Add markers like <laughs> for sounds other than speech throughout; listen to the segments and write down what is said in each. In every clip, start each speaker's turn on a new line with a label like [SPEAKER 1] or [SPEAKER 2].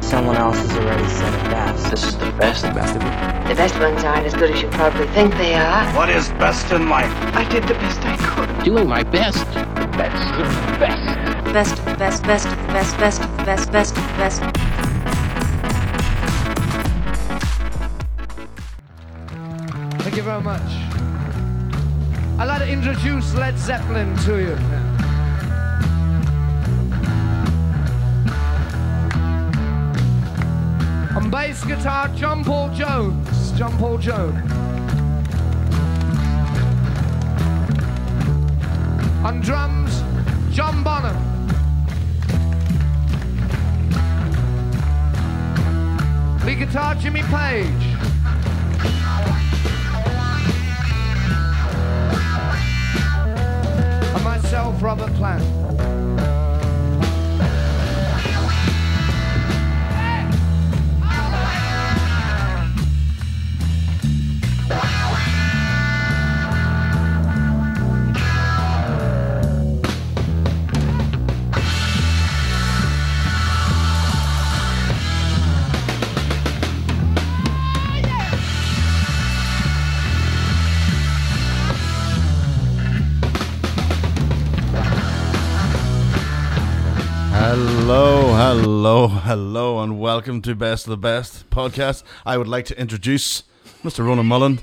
[SPEAKER 1] Someone else has already said it best.
[SPEAKER 2] This is the best.
[SPEAKER 3] best of it.
[SPEAKER 4] The best ones aren't as good as you probably think they are.
[SPEAKER 5] What is best in life?
[SPEAKER 4] I did the best I could.
[SPEAKER 2] Doing my best. That's the best.
[SPEAKER 6] best, best, best, best, best, best, best, best.
[SPEAKER 7] Thank you very much. I'd like to introduce Led Zeppelin to you. On bass guitar, John Paul Jones. John Paul Jones. On drums, John Bonham. Lead guitar, Jimmy Page. and myself, Robert Plant.
[SPEAKER 8] Hello, hello, hello, and welcome to Best of the Best podcast. I would like to introduce Mr. Ronan Mullen.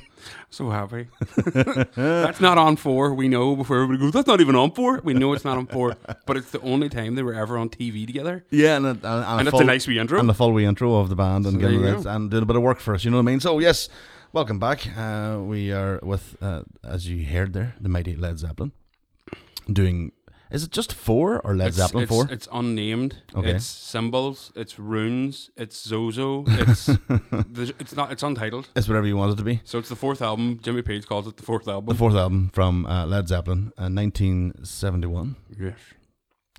[SPEAKER 3] So happy. <laughs> That's not on four. We know before everybody goes, that's not even on four. We know it's not on four, <laughs> but it's the only time they were ever on TV together.
[SPEAKER 8] Yeah, and, and,
[SPEAKER 3] And that's a nice wee intro.
[SPEAKER 8] And the full wee intro of the band and,
[SPEAKER 3] there
[SPEAKER 8] giving
[SPEAKER 3] you
[SPEAKER 8] it-
[SPEAKER 3] go.
[SPEAKER 8] and doing a bit of work for us, you know what I mean? So, yes, welcome back. Uh, we are with, uh, as you heard there, the mighty Led Zeppelin doing, is it just four or Led
[SPEAKER 3] It's-
[SPEAKER 8] Zeppelin
[SPEAKER 3] it's,
[SPEAKER 8] four?
[SPEAKER 3] It's unnamed.
[SPEAKER 8] Okay.
[SPEAKER 3] It's symbols. It's runes. It's Zozo. It's
[SPEAKER 8] <laughs>
[SPEAKER 3] there's- it's not. It's untitled.
[SPEAKER 8] It's whatever you want it to be.
[SPEAKER 3] So it's the fourth album. Jimmy Page calls it the fourth
[SPEAKER 8] The
[SPEAKER 3] album.
[SPEAKER 8] fourth album from uh, Led Zeppelin, uh, 1971.
[SPEAKER 3] yes.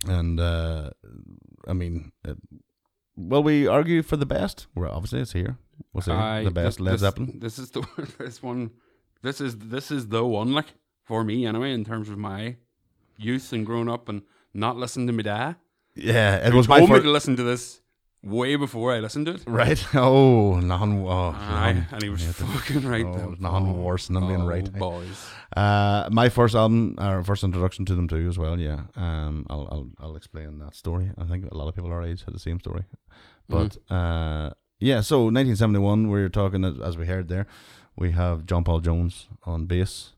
[SPEAKER 8] and uh, I mean, uh, well, we argue for the best. Well, obviously it's here. We'll say
[SPEAKER 3] I-
[SPEAKER 8] the best
[SPEAKER 3] this-
[SPEAKER 8] Led
[SPEAKER 3] this-
[SPEAKER 8] Zeppelin.
[SPEAKER 3] This is the <laughs> this one. This is this is the one like for me anyway in terms of my youth and growing up and not listening to me dad.
[SPEAKER 8] Yeah, it
[SPEAKER 3] who
[SPEAKER 8] was my
[SPEAKER 3] told me to
[SPEAKER 8] first.
[SPEAKER 3] listen to this way before I listened to it.
[SPEAKER 8] <laughs> Right? Oh, non. Oh,
[SPEAKER 3] Aye,
[SPEAKER 8] non-
[SPEAKER 3] and he was
[SPEAKER 8] yeah, the-
[SPEAKER 3] fucking right.
[SPEAKER 8] oh,
[SPEAKER 3] though. Oh,
[SPEAKER 8] non- worse than being right.
[SPEAKER 3] Boys.
[SPEAKER 8] Uh, my first album, or first introduction to them too, as well. Yeah. Um, I'll I'll, I'll explain that story. I think a lot of people our age had the same story,
[SPEAKER 3] Mm-hmm.
[SPEAKER 8] but uh, yeah. So 1971, we're talking as, as we heard there. We have John Paul Jones on bass,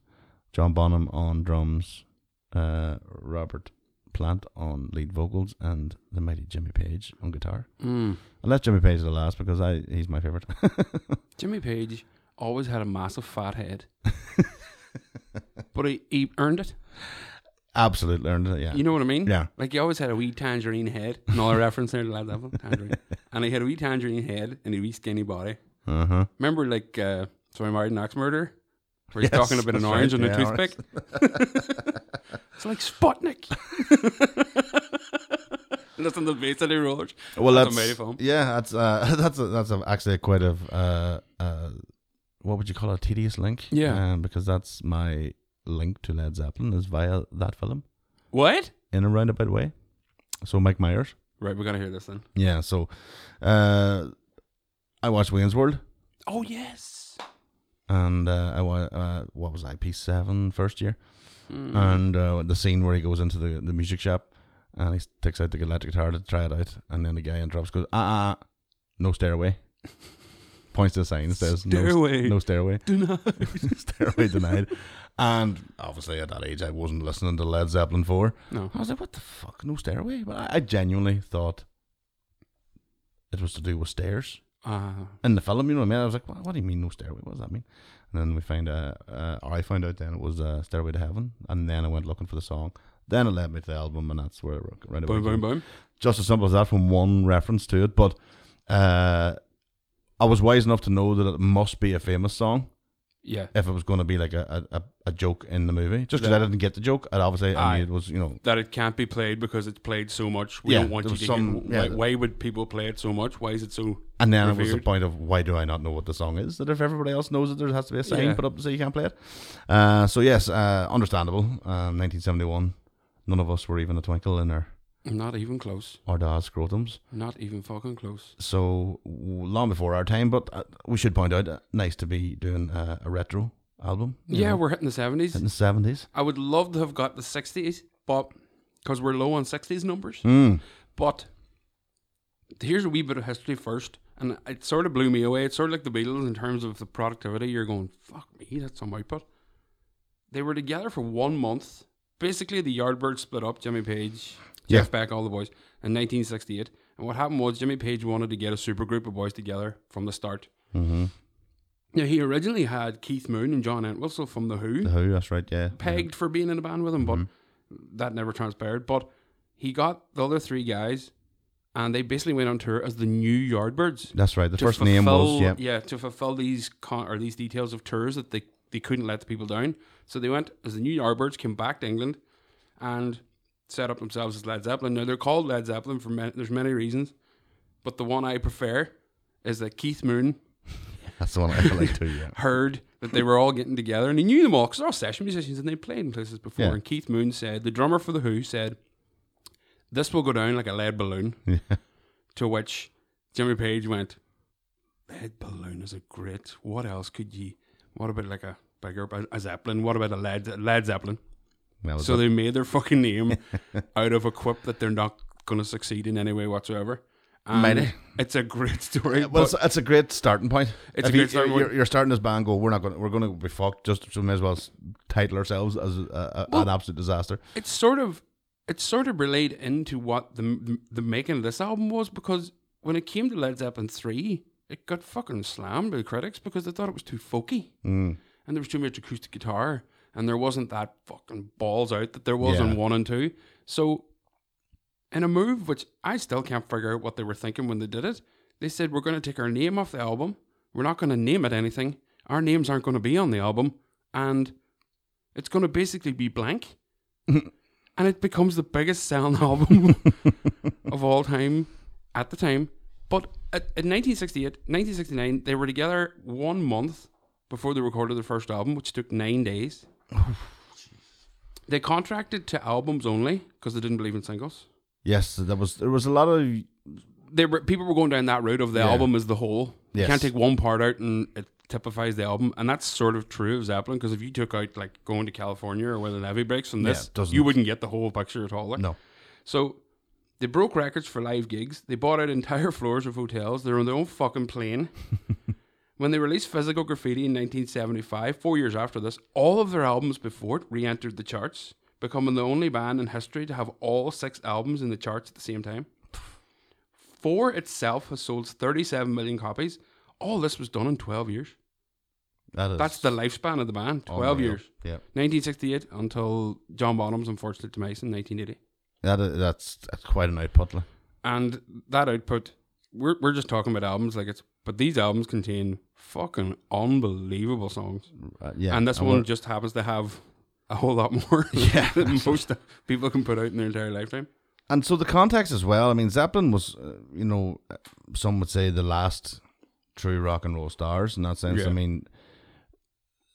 [SPEAKER 8] John Bonham on drums, uh, Robert Plant on lead vocals, and the mighty Jimmy Page on guitar.
[SPEAKER 3] Mm.
[SPEAKER 8] I left Jimmy Page to the last because I he's my favorite. <laughs>
[SPEAKER 3] Jimmy Page always had a massive
[SPEAKER 8] <laughs>
[SPEAKER 3] fat head, but he, he earned it.
[SPEAKER 8] Absolutely earned it. Yeah.
[SPEAKER 3] You know what I mean?
[SPEAKER 8] Yeah.
[SPEAKER 3] Like he always had a wee tangerine head. Another reference there to Led Zeppelin,
[SPEAKER 8] <laughs>
[SPEAKER 3] tangerine. and he had a wee tangerine head and a wee skinny body.
[SPEAKER 8] Uh huh.
[SPEAKER 3] Remember, like, uh, so I married an axe murderer, where he's
[SPEAKER 8] Yes,
[SPEAKER 3] talking about an
[SPEAKER 8] that's right,
[SPEAKER 3] orange and a
[SPEAKER 8] yeah, orange.
[SPEAKER 3] toothpick. <laughs> it's like Sputnik. <laughs> Listen to basically rollers.
[SPEAKER 8] Well,
[SPEAKER 3] That's
[SPEAKER 8] that's,
[SPEAKER 3] a Mayfair.
[SPEAKER 8] yeah, that's uh, <laughs> that's a, that's a, actually quite a uh, uh, what would you call it, a tedious link?
[SPEAKER 3] Yeah.
[SPEAKER 8] um, because that's my link to Led Zeppelin is via that film
[SPEAKER 3] What?
[SPEAKER 8] in a roundabout way. So Mike Myers,
[SPEAKER 3] Right, we're gonna hear this then.
[SPEAKER 8] yeah. So, uh, I watched Wayne's World,
[SPEAKER 3] Oh yes.
[SPEAKER 8] and uh, I wa- uh, what was I P seven first year,
[SPEAKER 3] Mm.
[SPEAKER 8] and uh, the scene where he goes into the, the music shop and he takes out the electric guitar to try it out, and then the guy interrupts, goes, ah, uh no stairway. Points to the sign, says no s-
[SPEAKER 3] Stairway.
[SPEAKER 8] no stairway. <laughs>
[SPEAKER 3] Denied.
[SPEAKER 8] stairway denied. And obviously, at that age, I wasn't listening to Led Zeppelin 4.
[SPEAKER 3] <laughs> No.
[SPEAKER 8] I was like, what the fuck? No stairway? But I, I genuinely thought it was to do with stairs
[SPEAKER 3] Uh,
[SPEAKER 8] in the film, you know what I mean? I was like, what, what do you mean, no stairway? What does that mean? And then we find, uh, uh, or I found out then it was uh, Stairway to Heaven. And then I went looking for the song. Then it led me to the album, and that's where it right away.
[SPEAKER 3] boom, boom,
[SPEAKER 8] came
[SPEAKER 3] boom.
[SPEAKER 8] just as simple as that from one reference to it. But uh, I was wise enough to know that it must be a famous song
[SPEAKER 3] Yeah.
[SPEAKER 8] if it was going to be like a, a, a- a joke in the movie. Just because I didn't get the joke, and obviously I
[SPEAKER 3] Aye.
[SPEAKER 8] knew it was, you know,
[SPEAKER 3] That it can't be played because it's played so much. We
[SPEAKER 8] Yeah,
[SPEAKER 3] don't want
[SPEAKER 8] there
[SPEAKER 3] you
[SPEAKER 8] was
[SPEAKER 3] to
[SPEAKER 8] some-
[SPEAKER 3] hear.
[SPEAKER 8] yeah.
[SPEAKER 3] why, why would people play it so much? Why is it so?
[SPEAKER 8] and then it was the
[SPEAKER 3] Revered.
[SPEAKER 8] point of why do I not know what the song is? That if everybody else knows it, there has to be a sign
[SPEAKER 3] Yeah.
[SPEAKER 8] put up to say you can't play it. Uh, so yes, uh, understandable. Um, 1971. None of us were even a twinkle in our
[SPEAKER 3] Not even close.
[SPEAKER 8] or Dad's scrotums.
[SPEAKER 3] Not even fucking close.
[SPEAKER 8] So w- long before our time, but uh, we should point out, uh, nice to be doing uh, a retro album. you
[SPEAKER 3] Yeah,
[SPEAKER 8] know,
[SPEAKER 3] we're hitting the seventies.
[SPEAKER 8] in the seventies.
[SPEAKER 3] I would love to have got the sixties, but because we're low on sixties numbers. But here's a wee bit of history first, and it sort of blew me away. It's sort of like the Beatles in terms of the productivity. You're going, fuck me, that's some output. They were together for one month. Basically, the Yardbirds split up. Jimmy Page,
[SPEAKER 8] Yeah.
[SPEAKER 3] Jeff Beck, all the boys in 1968. And what happened was Jimmy Page wanted to get a super group of boys together from the start. Mm-hmm. Now he originally had Keith Moon and John Entwistle from the Who
[SPEAKER 8] The Who, that's right. Yeah, Mm-hmm.
[SPEAKER 3] pegged for being in a band with him, but that never transpired. But he got the other three guys, and they basically went on tour as the new Yardbirds.
[SPEAKER 8] that's right. The
[SPEAKER 3] to
[SPEAKER 8] first name was
[SPEAKER 3] fulfill-
[SPEAKER 8] yeah.
[SPEAKER 3] to fulfill these con- or these details of tours that they they couldn't let the people down. So they went as the new Yardbirds, came back to England, and set up themselves as Led Zeppelin. Now they're called Led Zeppelin for many, there's many reasons, but the one I prefer is that Keith Moon
[SPEAKER 8] That's the one I like too. Yeah, <laughs>
[SPEAKER 3] heard that they were all getting together and he knew them all because they're all session musicians and they played in places before.
[SPEAKER 8] Yeah.
[SPEAKER 3] And Keith Moon said, the drummer for The Who said, This will go down like a lead balloon. To which Jimmy Page went, Lead balloon is a great. What else could you? What about like a bigger, a Zeppelin? What about a Led, Led Zeppelin?
[SPEAKER 8] That was
[SPEAKER 3] So
[SPEAKER 8] it.
[SPEAKER 3] they made their fucking name <laughs> out of a quip that they're not going to succeed in any way whatsoever. And
[SPEAKER 8] Mighty.
[SPEAKER 3] It's a great story.
[SPEAKER 8] well,
[SPEAKER 3] but-
[SPEAKER 8] it's, it's a great starting point.
[SPEAKER 3] It's
[SPEAKER 8] If
[SPEAKER 3] a
[SPEAKER 8] you-
[SPEAKER 3] great starting point.
[SPEAKER 8] You're, you're starting this band. Go. We're not going. to We're going to be fucked. Just so we may as well s- title ourselves as a, a, an absolute disaster.
[SPEAKER 3] it's sort of it's sort of relayed into what the the making of this album was because when it came to Led Zeppelin three, it got fucking slammed by the critics because they thought it was too folky
[SPEAKER 8] Mm.
[SPEAKER 3] and there was too much acoustic guitar and there wasn't that fucking balls out that there was
[SPEAKER 8] Yeah.
[SPEAKER 3] in one and two. So, in a move which I still can't figure out what they were thinking when they did it, they said we're going to take our name off the album. We're not going to name it anything. Our names aren't going to be on the album, and it's going to basically be blank. and it becomes the biggest selling <laughs> album of all time at the time. But at, in 1968, 1969, they were together one month before they recorded their first album, which took nine days. they contracted to albums only because they didn't believe in singles.
[SPEAKER 8] Yes, that was. There was a lot of.
[SPEAKER 3] They were, people were going down that route of the
[SPEAKER 8] Yeah.
[SPEAKER 3] album as the whole. You
[SPEAKER 8] Yes.
[SPEAKER 3] can't take one part out and it typifies the album, and that's sort of true of Zeppelin because if you took out like going to California or where the levee breaks from
[SPEAKER 8] Yeah,
[SPEAKER 3] this,
[SPEAKER 8] it doesn't-
[SPEAKER 3] you wouldn't get the whole picture at all. like.
[SPEAKER 8] No.
[SPEAKER 3] So they broke records for live gigs. They bought out entire <laughs> floors of hotels. They're on their own fucking plane. when they released Physical Graffiti in 1975, four years after this, all of their albums before it re entered the charts, becoming the only band in history to have all six albums in the charts at the same time. Four itself has sold 37 million copies. All this was done in 12 years.
[SPEAKER 8] That is.
[SPEAKER 3] That's the lifespan of the band
[SPEAKER 8] unreal.
[SPEAKER 3] 12 years.
[SPEAKER 8] Yeah.
[SPEAKER 3] 1968 until John Bonham's Unfortunate to Mason, 1980.
[SPEAKER 8] That is, that's that's quite an output. like.
[SPEAKER 3] and that output we're, we're just talking about albums like it's but these albums contain fucking unbelievable songs
[SPEAKER 8] Uh, yeah.
[SPEAKER 3] and this
[SPEAKER 8] I
[SPEAKER 3] one
[SPEAKER 8] wor-
[SPEAKER 3] just happens to have a whole lot <laughs> more yeah than most people can put out in their entire lifetime
[SPEAKER 8] and so the context as well. I mean, Zeppelin was, uh, you know, uh, some would say the last true rock and roll stars in that sense.
[SPEAKER 3] Yeah.
[SPEAKER 8] I mean,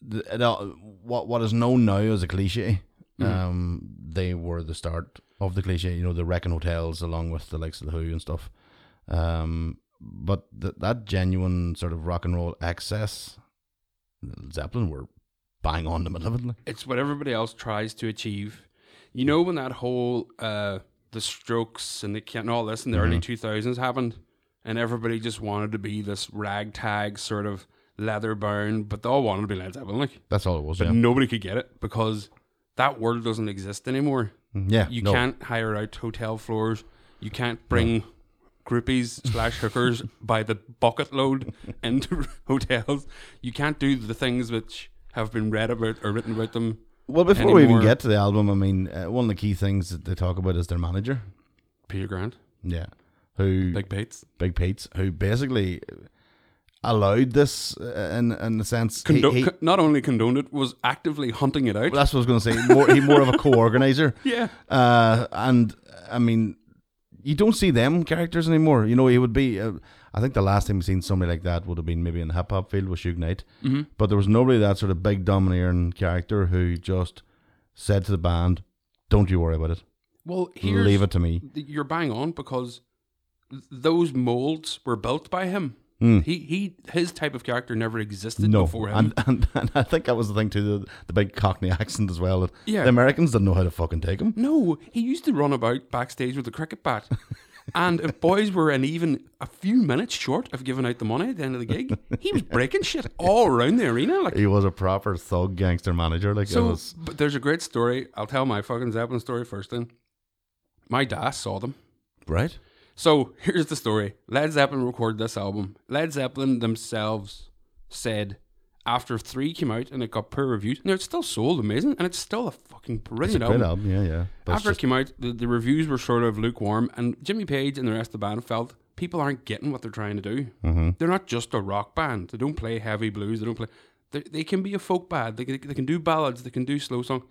[SPEAKER 8] the, it, all- what what is known now as a cliche,
[SPEAKER 3] Mm-hmm.
[SPEAKER 8] um, they were the start of the cliche. You know, the wrecking hotels along with the likes of the Who and stuff. Um, but th- that genuine sort of rock and roll excess, Zeppelin were bang on the middle of it. like.
[SPEAKER 3] it's what everybody else tries to achieve you know when that whole uh the strokes and the Kent and all this in the early 2000s happened and everybody just wanted to be this ragtag sort of leather bound but they all wanted to be Led Zeppelin like
[SPEAKER 8] That's all it was.
[SPEAKER 3] but
[SPEAKER 8] yeah.
[SPEAKER 3] nobody could get it because that world doesn't exist anymore.
[SPEAKER 8] Mm-hmm. yeah.
[SPEAKER 3] You
[SPEAKER 8] no.
[SPEAKER 3] can't hire out hotel floors. You can't bring groupies slash
[SPEAKER 8] <laughs>
[SPEAKER 3] hookers by the bucket load into <laughs> hotels. You can't do the things which have been read about or written about them.
[SPEAKER 8] Well, before we even
[SPEAKER 3] anymore.
[SPEAKER 8] get to the album, I mean, uh, one of the key things that they talk about is their manager.
[SPEAKER 3] Peter Grant,
[SPEAKER 8] Yeah. Who
[SPEAKER 3] Big
[SPEAKER 8] Big,
[SPEAKER 3] Bates,
[SPEAKER 8] Big Pete's who basically allowed this uh, in in the sense he-
[SPEAKER 3] Condo-
[SPEAKER 8] he-
[SPEAKER 3] con- not only condoned it, was actively hunting it out.
[SPEAKER 8] well, that's what I was going to say. More, he more of a co-organizer.
[SPEAKER 3] <laughs> yeah,
[SPEAKER 8] Uh, and I mean, you don't see them characters anymore. You know, he would be. Uh, I think the last time we seen somebody like that would have been maybe in the hip hop field with Suge Knight.
[SPEAKER 3] Mm-hmm.
[SPEAKER 8] But there was nobody that sort of big domineering character who just said to the band, "Don't you worry about it."
[SPEAKER 3] Well, here's,
[SPEAKER 8] Leave it to me.
[SPEAKER 3] You're bang on because th- those molds were built by him. He he his type of character never existed
[SPEAKER 8] Hmm. No,
[SPEAKER 3] before him.
[SPEAKER 8] and, and <laughs> and I think that was the thing too, the, the big Cockney accent as well. That
[SPEAKER 3] Yeah.
[SPEAKER 8] the Americans didn't know how to fucking take him.
[SPEAKER 3] no, he used to run about backstage with a
[SPEAKER 8] <laughs>
[SPEAKER 3] cricket bat. And if boys were an even a few minutes short of giving out the money at the end of the gig, he was breaking shit all around the arena. Like
[SPEAKER 8] He was a proper thug gangster manager. Like it
[SPEAKER 3] So,
[SPEAKER 8] was,
[SPEAKER 3] but there's a great story. I'll tell my fucking Zeppelin story first. Then, my dad saw them.
[SPEAKER 8] right?
[SPEAKER 3] So here's the story. Led Zeppelin recorded this album. Led Zeppelin themselves said after three came out and it got peer reviewed. Now it's still sold amazing and it's still a fucking
[SPEAKER 8] It's a
[SPEAKER 3] brilliant
[SPEAKER 8] great
[SPEAKER 3] album.
[SPEAKER 8] album. Yeah, yeah. But it's
[SPEAKER 3] After
[SPEAKER 8] just-
[SPEAKER 3] it came out, the, the reviews were sort of lukewarm, and Jimmy Page and the rest of the band felt people aren't getting what they're trying to do.
[SPEAKER 8] Mm-hmm.
[SPEAKER 3] They're not just a rock band. They don't play heavy blues. They don't play. They, they can be a folk band. They, can- they can do ballads. They can do slow song.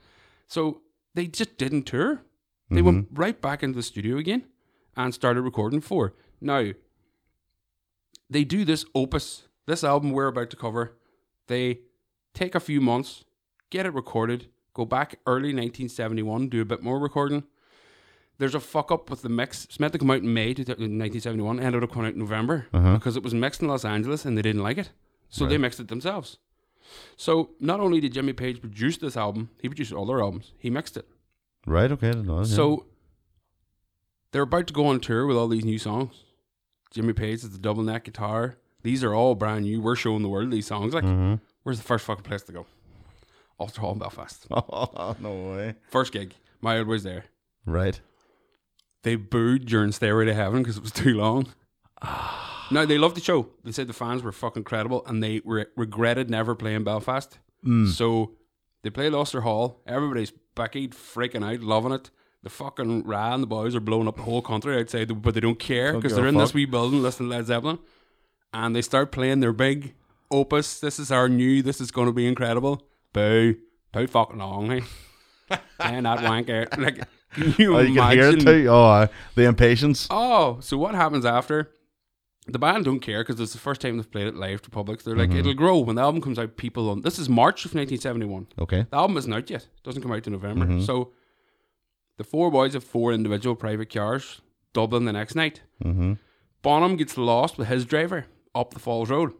[SPEAKER 3] So they just didn't tour. They went
[SPEAKER 8] Mm-hmm.
[SPEAKER 3] right back into the studio again and started recording four. Now, they do this opus, this album we're about to cover. They take a few months, get it recorded, go back early 1971, do a bit more recording. There's a fuck up with the mix. It's meant to come out in May 2000 1971, ended up coming out in November because it was mixed in Los Angeles and they didn't like it. So they mixed it themselves. So not only did Jimmy Page produce this album, he produced all their albums, he mixed it.
[SPEAKER 8] right. Okay, I don't know. yeah. <laughs>
[SPEAKER 3] So they're about to go on tour with all these new songs. Jimmy Page is the double neck guitar. These are all brand new. We're showing the world these songs. Like, where's the first fucking place to go? Ulster Hall in Belfast.
[SPEAKER 8] Oh, no way.
[SPEAKER 3] First gig. My old was there.
[SPEAKER 8] Right.
[SPEAKER 3] They booed during Stairway to Heaven because it was
[SPEAKER 8] <sighs>
[SPEAKER 3] too long. no, they loved the show. They said the fans were fucking credible and they re- regretted never playing Belfast.
[SPEAKER 8] Mm.
[SPEAKER 3] So they played Ulster Hall. Everybody's Becky freaking out, loving it. The fucking Ra and the boys are blowing up the whole country outside, but they don't care
[SPEAKER 8] Don't
[SPEAKER 3] because
[SPEAKER 8] give a
[SPEAKER 3] they're in this
[SPEAKER 8] fuck.
[SPEAKER 3] wee building listening to Led Zeppelin. And they start playing their big opus. This is our new, this is going to be incredible. Boo. Boo fucking long, eh?
[SPEAKER 8] <laughs>
[SPEAKER 3] and that wanker. Like, can you
[SPEAKER 8] Oh, you can
[SPEAKER 3] imagine?
[SPEAKER 8] hear it too. Oh, uh, the impatience.
[SPEAKER 3] Oh, so what happens after? The band don't care because it's the first time they've played it live to public. They're like, it'll grow when the album comes out. People on this is March of 1971.
[SPEAKER 8] Okay.
[SPEAKER 3] The album isn't out yet; It doesn't come out to November. So the four boys have four individual private cars. Dublin the next night.
[SPEAKER 8] Mm-hmm.
[SPEAKER 3] Bonham gets lost with his driver up the Falls Road.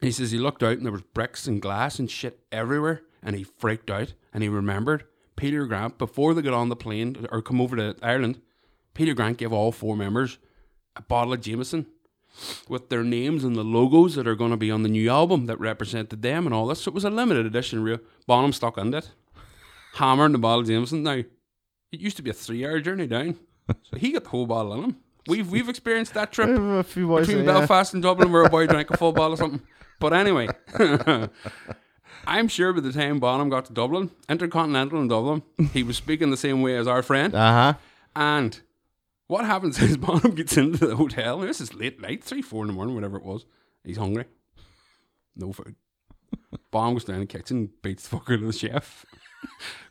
[SPEAKER 3] He says he looked out and there was bricks and glass and shit everywhere, and he freaked out and he remembered Peter Grant before they got on the plane or come over to Ireland. Peter Grant gave all four members a bottle of Jameson with their names and the logos that are going to be on the new album that represented them and all this. So it was a limited edition. Real Bonham stuck in it, hammering the bottle of Jameson. Now it used to be a three-hour journey down, so he got the whole bottle in him. We've we've experienced that trip
[SPEAKER 8] A few boys.
[SPEAKER 3] between
[SPEAKER 8] yeah.
[SPEAKER 3] Belfast and Dublin where a boy drank a full bottle or something. But anyway, <laughs> I'm sure by the time Bonham got to Dublin, Intercontinental in Dublin, he was speaking the same way as our friend.
[SPEAKER 8] Uh huh.
[SPEAKER 3] And what happens <laughs> is Bonham gets into the hotel. and This is late night, three, four in the morning, whatever it was. He's hungry. No food. Bonham goes down in the kitchen, beats the <laughs> fucker to the chef.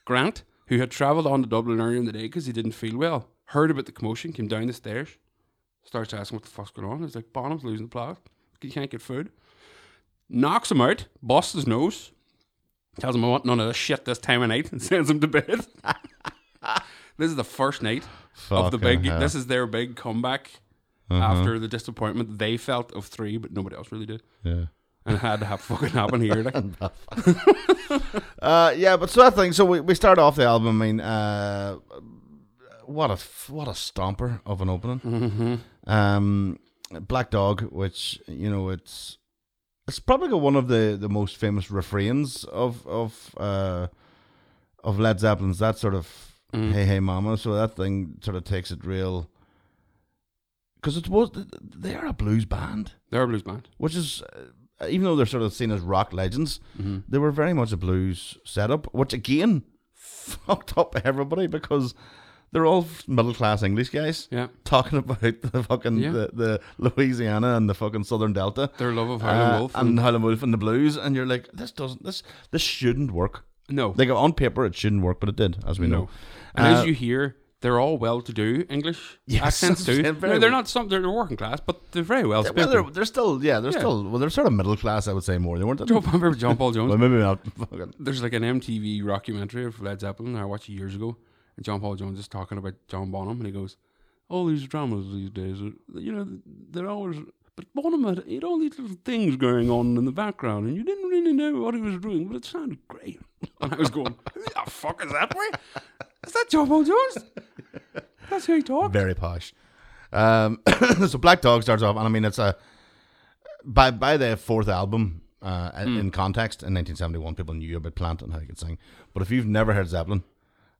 [SPEAKER 3] Grant, who had travelled on to Dublin earlier in the day because he didn't feel well, heard about the commotion, came down the stairs, starts asking what the fuck's going on. He's like, Bonham's losing the plot. He can't get food. Knocks him out, busts his nose, tells him I want none of this shit this time of night, <laughs> and sends him to bed. this is the first night of the
[SPEAKER 8] Fucking
[SPEAKER 3] big.
[SPEAKER 8] hell. Mm-hmm.
[SPEAKER 3] This is their big comeback after the disappointment they felt of three, but nobody else really did,
[SPEAKER 8] Yeah.
[SPEAKER 3] and it had to have <laughs> fucking happen here.
[SPEAKER 8] <laughs>
[SPEAKER 3] Like,
[SPEAKER 8] Uh, yeah, but so that thing. So we, we start off the album. I mean, uh, what a f- what a stomper of an opening. Um, Black Dog, which you know, it's it's probably one of the, the most famous refrains of of uh, of Led Zeppelin's. That sort of "Hey Hey Mama." So that thing sort of takes it real because it was they are a blues band
[SPEAKER 3] they're a blues band.
[SPEAKER 8] which is uh, even though they're sort of seen as rock legends, they were very much a blues setup, which again <laughs> fucked up everybody because they're all middle class English guys
[SPEAKER 3] Yeah.
[SPEAKER 8] talking about <laughs> the fucking
[SPEAKER 3] Yeah.
[SPEAKER 8] the, the Louisiana and the fucking Southern Delta,
[SPEAKER 3] Their love of Howlin'
[SPEAKER 8] uh,
[SPEAKER 3] Wolf
[SPEAKER 8] and,
[SPEAKER 3] and-
[SPEAKER 8] Howlin' Wolf and the blues, and you're like, this doesn't this this shouldn't work.
[SPEAKER 3] No,
[SPEAKER 8] Like on paper, it shouldn't work, but it did, as we
[SPEAKER 3] No.
[SPEAKER 8] know.
[SPEAKER 3] And
[SPEAKER 8] Uh,
[SPEAKER 3] as you hear, they're all well-to-do English
[SPEAKER 8] Yes,
[SPEAKER 3] accents
[SPEAKER 8] <laughs>
[SPEAKER 3] too.
[SPEAKER 8] they're very
[SPEAKER 3] No, they're
[SPEAKER 8] well-
[SPEAKER 3] not some. They're working class, but they're very well
[SPEAKER 8] well,
[SPEAKER 3] spoken.
[SPEAKER 8] they're, they're still, yeah, they're
[SPEAKER 3] Yeah.
[SPEAKER 8] still, well, they're sort of middle class, I would say more. They weren't.
[SPEAKER 3] Do you remember <laughs> John Paul Jones?
[SPEAKER 8] Well, maybe not. <laughs> Fucking
[SPEAKER 3] There's like an MTV documentary of Led Zeppelin I watched years ago. and John Paul Jones is talking about John Bonham, and he goes, "All these dramas these days, are, you know, they're always." But Bonham had, he had all these little things going on in the background, and you didn't really know what he was doing, but it sounded great. <laughs> And I was going, "Who the fuck is that way? Is that John Paul Jones? That's how he talks."
[SPEAKER 8] Very posh. Um, <coughs> so Black Dog starts off, and I mean it's a by by the fourth album uh, in-
[SPEAKER 3] Hmm.
[SPEAKER 8] in context in 1971, people knew about Plant and how they could sing. But if you've never heard Zeppelin,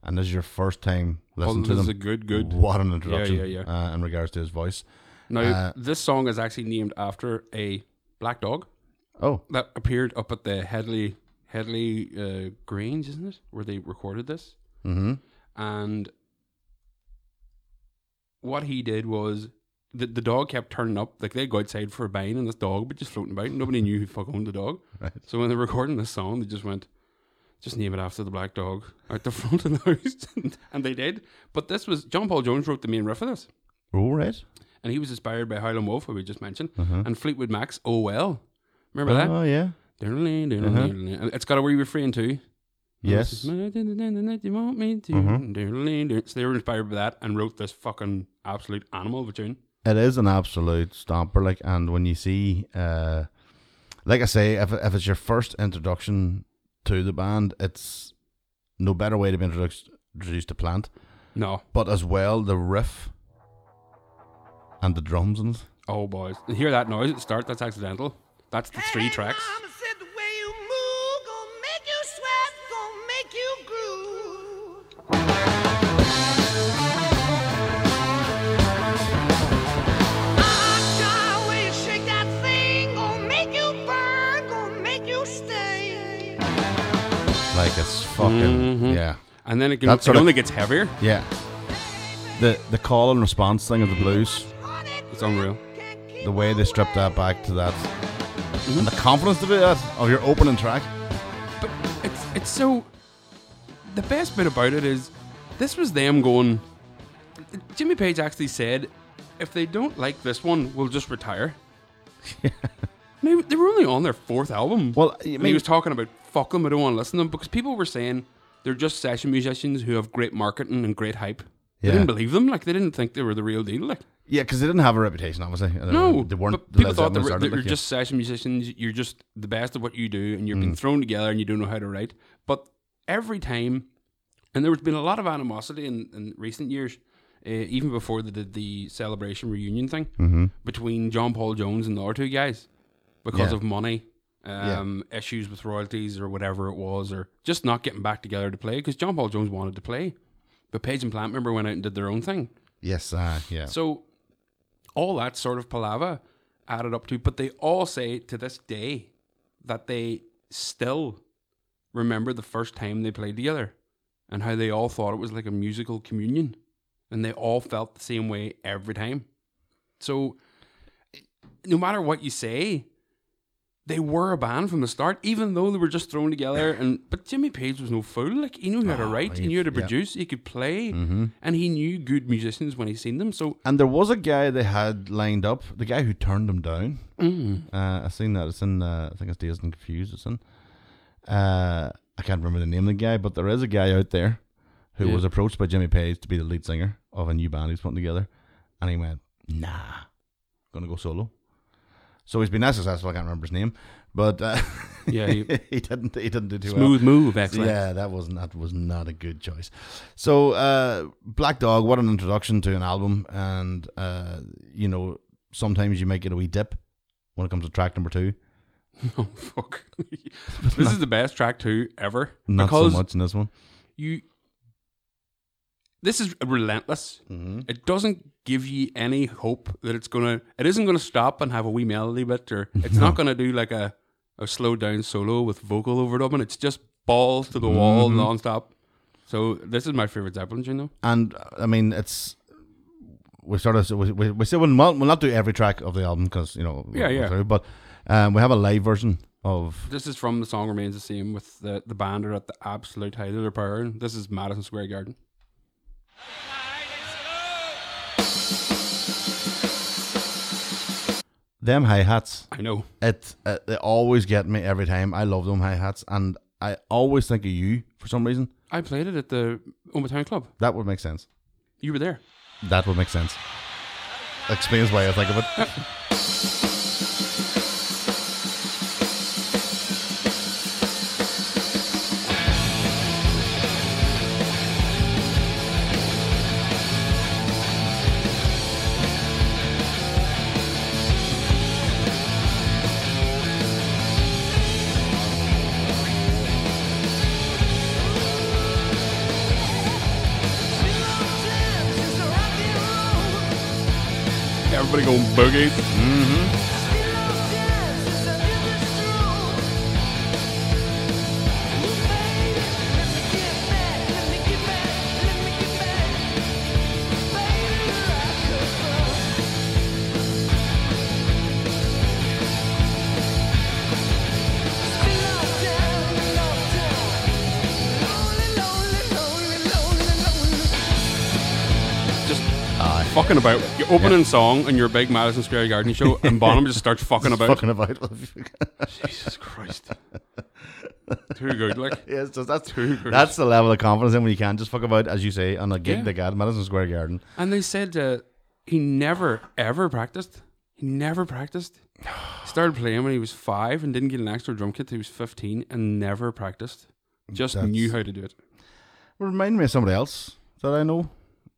[SPEAKER 8] and this is your first time listening
[SPEAKER 3] Oh,
[SPEAKER 8] to
[SPEAKER 3] this
[SPEAKER 8] them,
[SPEAKER 3] is a good, good-
[SPEAKER 8] What an introduction!
[SPEAKER 3] yeah, yeah.
[SPEAKER 8] Uh, in regards to his voice.
[SPEAKER 3] Now, this song is actually named after a black dog
[SPEAKER 8] Oh,
[SPEAKER 3] that appeared up at the Headley Headley uh, Grange, isn't it, where they recorded this?
[SPEAKER 8] mm-hmm.
[SPEAKER 3] And what he did was the, the dog kept turning up. Like they'd go outside for a bang, and this dog would just floating about. And nobody knew who fuck owned the dog.
[SPEAKER 8] <laughs> Right.
[SPEAKER 3] So when they were recording this song, they just went, just name it after the black dog out the <laughs> front of the house. and, and they did. But this was John Paul Jones wrote the main riff of this.
[SPEAKER 8] all right.
[SPEAKER 3] And he was inspired by Howlin' Wolf, who we just mentioned, and Fleetwood Mac's Oh Well. Remember that?
[SPEAKER 8] Mm-hmm. Oh yeah.
[SPEAKER 3] Diddly, diddly,
[SPEAKER 8] Uh-huh.
[SPEAKER 3] diddly. And It's got a wee refrain too.
[SPEAKER 8] Yes.
[SPEAKER 3] You want me to?
[SPEAKER 8] Mhm.
[SPEAKER 3] Diddly, diddly. So they were inspired by that and wrote this fucking absolute animal of a tune.
[SPEAKER 8] It is an absolute stomper. Like, and when you see, uh, like I say, if if it's your first introduction to the band, it's no better way to be introduced introduced to Plant.
[SPEAKER 3] No.
[SPEAKER 8] But as well, the riff and the drums and it.
[SPEAKER 3] Oh, boys. Hear that noise at the start? That's accidental. That's the three tracks.
[SPEAKER 8] like it's fucking
[SPEAKER 3] Mhm.
[SPEAKER 8] yeah,
[SPEAKER 3] And then it, can,
[SPEAKER 8] That's
[SPEAKER 3] it
[SPEAKER 8] sort of-
[SPEAKER 3] only gets heavier.
[SPEAKER 8] yeah. The the call and response thing of the blues,
[SPEAKER 3] It's unreal.
[SPEAKER 8] the way they strip that back to that,
[SPEAKER 3] Mm-hmm.
[SPEAKER 8] and the confidence to do that of your opening track.
[SPEAKER 3] But it's it's so. The best bit about it is, this was them going. Jimmy Page actually said, "If they don't like this one, we'll
[SPEAKER 8] <laughs>
[SPEAKER 3] just retire." they, they were only on their fourth album.
[SPEAKER 8] Well, I
[SPEAKER 3] and
[SPEAKER 8] mean-
[SPEAKER 3] he was talking about fuck them. I don't want to listen to them because people were saying they're just session musicians who have great marketing and great hype. They
[SPEAKER 8] Yeah.
[SPEAKER 3] didn't believe them. Like they didn't think they were the real deal. Like
[SPEAKER 8] Yeah, because they didn't have a reputation, obviously. They
[SPEAKER 3] no,
[SPEAKER 8] weren't- They weren't.
[SPEAKER 3] But people
[SPEAKER 8] Led
[SPEAKER 3] thought they
[SPEAKER 8] Zeppelin
[SPEAKER 3] were,
[SPEAKER 8] started,
[SPEAKER 3] that you're
[SPEAKER 8] like, yeah.
[SPEAKER 3] just session musicians. You're just the best at what you do, and you're
[SPEAKER 8] Mm.
[SPEAKER 3] being thrown together, and you don't know how to write. But every time, and there's been a lot of animosity in, in recent years, uh, even before they did the celebration reunion thing
[SPEAKER 8] Mm-hmm.
[SPEAKER 3] between John Paul Jones and the other two guys because
[SPEAKER 8] Yeah.
[SPEAKER 3] of money. Um, issues with royalties or whatever it was, or just not getting back together to play because John Paul Jones wanted to play, but Page and Plant member went out and did their own thing.
[SPEAKER 8] Yes, uh, yeah.
[SPEAKER 3] So all that sort of palaver added up to, but they all say to this day that they still remember the first time they played together and how they all thought it was like a musical communion and they all felt the same way every time. So no matter what you say, they were a band from the start, even though they were just
[SPEAKER 8] <coughs>
[SPEAKER 3] thrown together. And but Jimmy Page was no fool. Like he knew how to
[SPEAKER 8] Ah,
[SPEAKER 3] write, he
[SPEAKER 8] he-
[SPEAKER 3] knew how to
[SPEAKER 8] yeah. Mm-hmm.
[SPEAKER 3] produce, he could play, and he knew good musicians when he seen them. So
[SPEAKER 8] And there was a guy they had lined up, the guy who turned them down.
[SPEAKER 3] Mm.
[SPEAKER 8] Uh, I seen that. It's in, uh, I think it's Dazed and Confused. It's in. Uh, I can't remember the name of the guy, but there is a guy out there who
[SPEAKER 3] Yeah.
[SPEAKER 8] was approached by Jimmy Page to be the lead singer of a new band he's putting together. And he went, nah, going to go solo. So he's been that successful. I can't remember his name, but uh,
[SPEAKER 3] Yeah,
[SPEAKER 8] <laughs> he,
[SPEAKER 3] <laughs> he-
[SPEAKER 8] didn't. He didn't do too well.
[SPEAKER 3] smooth move, excellent.
[SPEAKER 8] Yeah, that was not was not a good choice. So, uh, Black Dog, what an introduction to an album, and uh, you know sometimes you might get a wee dip when it comes to track number two.
[SPEAKER 3] Oh <laughs> fuck! this is the best track two ever
[SPEAKER 8] Not
[SPEAKER 3] because
[SPEAKER 8] so much in this one.
[SPEAKER 3] you. This is relentless.
[SPEAKER 8] Mm-hmm.
[SPEAKER 3] It doesn't give you any hope that it's gonna. It isn't gonna stop and have a wee melody bit,
[SPEAKER 8] <laughs>
[SPEAKER 3] or it's not gonna do like a a slow down solo with vocal overdubbing. It's just balls to the wall
[SPEAKER 8] Mhm.
[SPEAKER 3] nonstop. So this is my favorite Zeppelin tune, though.
[SPEAKER 8] And uh, I mean, it's we sort of we we, we say we'll not, we'll not do every track of the album because you know
[SPEAKER 3] Yeah,
[SPEAKER 8] we'll
[SPEAKER 3] yeah.
[SPEAKER 8] through, but um, we have a live version of
[SPEAKER 3] This is from the song remains the same with the the band are at the absolute height of their power. And This is Madison Square Garden.
[SPEAKER 8] them hi hats.
[SPEAKER 3] I know.
[SPEAKER 8] It uh, they always get me every time. I love them hi hats, and I always think of you for some reason.
[SPEAKER 3] I played it at the Omatown Club.
[SPEAKER 8] That would make sense.
[SPEAKER 3] You were there.
[SPEAKER 8] That would make sense. Explains why I think of it.
[SPEAKER 3] <laughs> Everybody going boogie. Just fucking about. You're opening song and your big Madison Square Garden show, and <laughs> Bonham just starts fucking about.
[SPEAKER 8] Fucking about. <laughs>
[SPEAKER 3] Jesus Christ. Too good. Like,
[SPEAKER 8] yes, just, that's
[SPEAKER 3] Too good.
[SPEAKER 8] that's the level of confidence in when you can just fuck about, as you say, on a gig
[SPEAKER 3] Yeah.
[SPEAKER 8] they got at Madison Square Garden.
[SPEAKER 3] <laughs> And they said uh, he never ever practiced. He never practiced. He started playing when he was five and didn't get an extra drum kit till he was fifteen and never practiced. Just
[SPEAKER 8] That's-
[SPEAKER 3] knew how to do it.
[SPEAKER 8] Remind me of somebody else that I know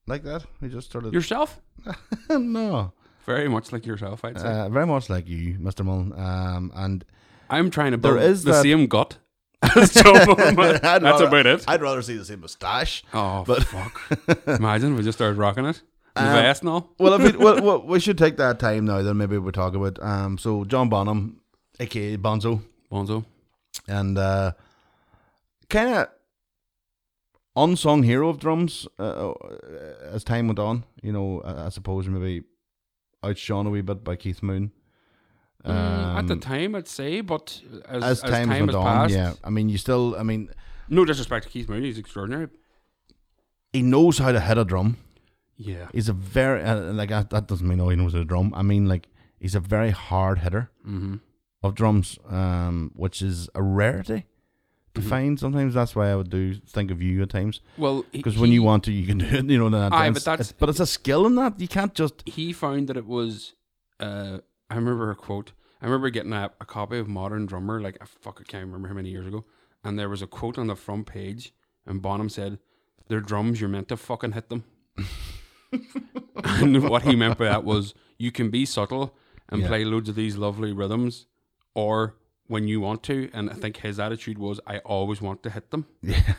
[SPEAKER 8] like that. He just started.
[SPEAKER 3] Yourself?
[SPEAKER 8] <laughs> no,
[SPEAKER 3] Very much like yourself, I'd say.
[SPEAKER 8] uh, very much like you, Mister Mullen. Um,
[SPEAKER 3] <laughs>
[SPEAKER 8] and
[SPEAKER 3] I'm trying to
[SPEAKER 8] there
[SPEAKER 3] build
[SPEAKER 8] is
[SPEAKER 3] the
[SPEAKER 8] that-
[SPEAKER 3] same gut <laughs> as Joe
[SPEAKER 8] <laughs>
[SPEAKER 3] Bonham.
[SPEAKER 8] I'd
[SPEAKER 3] That's
[SPEAKER 8] rather-
[SPEAKER 3] about it.
[SPEAKER 8] I'd rather see the same mustache.
[SPEAKER 3] Oh,
[SPEAKER 8] But- <laughs> Um,
[SPEAKER 3] fuck. Imagine if we just started rocking it. The vest and all.
[SPEAKER 8] well, uh, if we,
[SPEAKER 3] <laughs>
[SPEAKER 8] well, well, we should take that time now. Then maybe we'll talk about. Um, so John Bonham, aka Bonzo,
[SPEAKER 3] Bonzo.
[SPEAKER 8] and uh, kind of unsung hero of drums uh, as time went on. You know, I, I suppose maybe outshone a wee bit by Keith Moon.
[SPEAKER 3] Mm, at the
[SPEAKER 8] Um,
[SPEAKER 3] time, I'd say, but as,
[SPEAKER 8] as, time, went
[SPEAKER 3] has
[SPEAKER 8] on,
[SPEAKER 3] passed,
[SPEAKER 8] yeah. I mean, you still. I mean,
[SPEAKER 3] no disrespect to Keith Moon, he's extraordinary.
[SPEAKER 8] he knows how to hit a drum.
[SPEAKER 3] Yeah.
[SPEAKER 8] He's a very uh, like I, that doesn't mean all he knows how to drum. I mean, like he's a very hard hitter.
[SPEAKER 3] Mm-hmm.
[SPEAKER 8] of drums, um, which is a rarity to
[SPEAKER 3] Mm-hmm.
[SPEAKER 8] find. Sometimes that's why I would do think of you at times
[SPEAKER 3] Well, he-
[SPEAKER 8] because when you
[SPEAKER 3] he-
[SPEAKER 8] want to, you can do it. You know, in an
[SPEAKER 3] Aye,
[SPEAKER 8] intense-
[SPEAKER 3] but that's-
[SPEAKER 8] it's, but it's a skill in that you can't just.
[SPEAKER 3] he found that it was uh I remember a quote. I remember getting a, a copy of Modern Drummer, like I fuck I can't remember how many years ago. And there was a quote on the front page and Bonham said, They're drums, you're meant to fucking
[SPEAKER 8] <laughs>
[SPEAKER 3] hit them. and what he meant by that was you can be subtle and
[SPEAKER 8] Yeah.
[SPEAKER 3] play loads of these lovely rhythms or when you want to. And I think his attitude was I always want to hit them.
[SPEAKER 8] Yeah,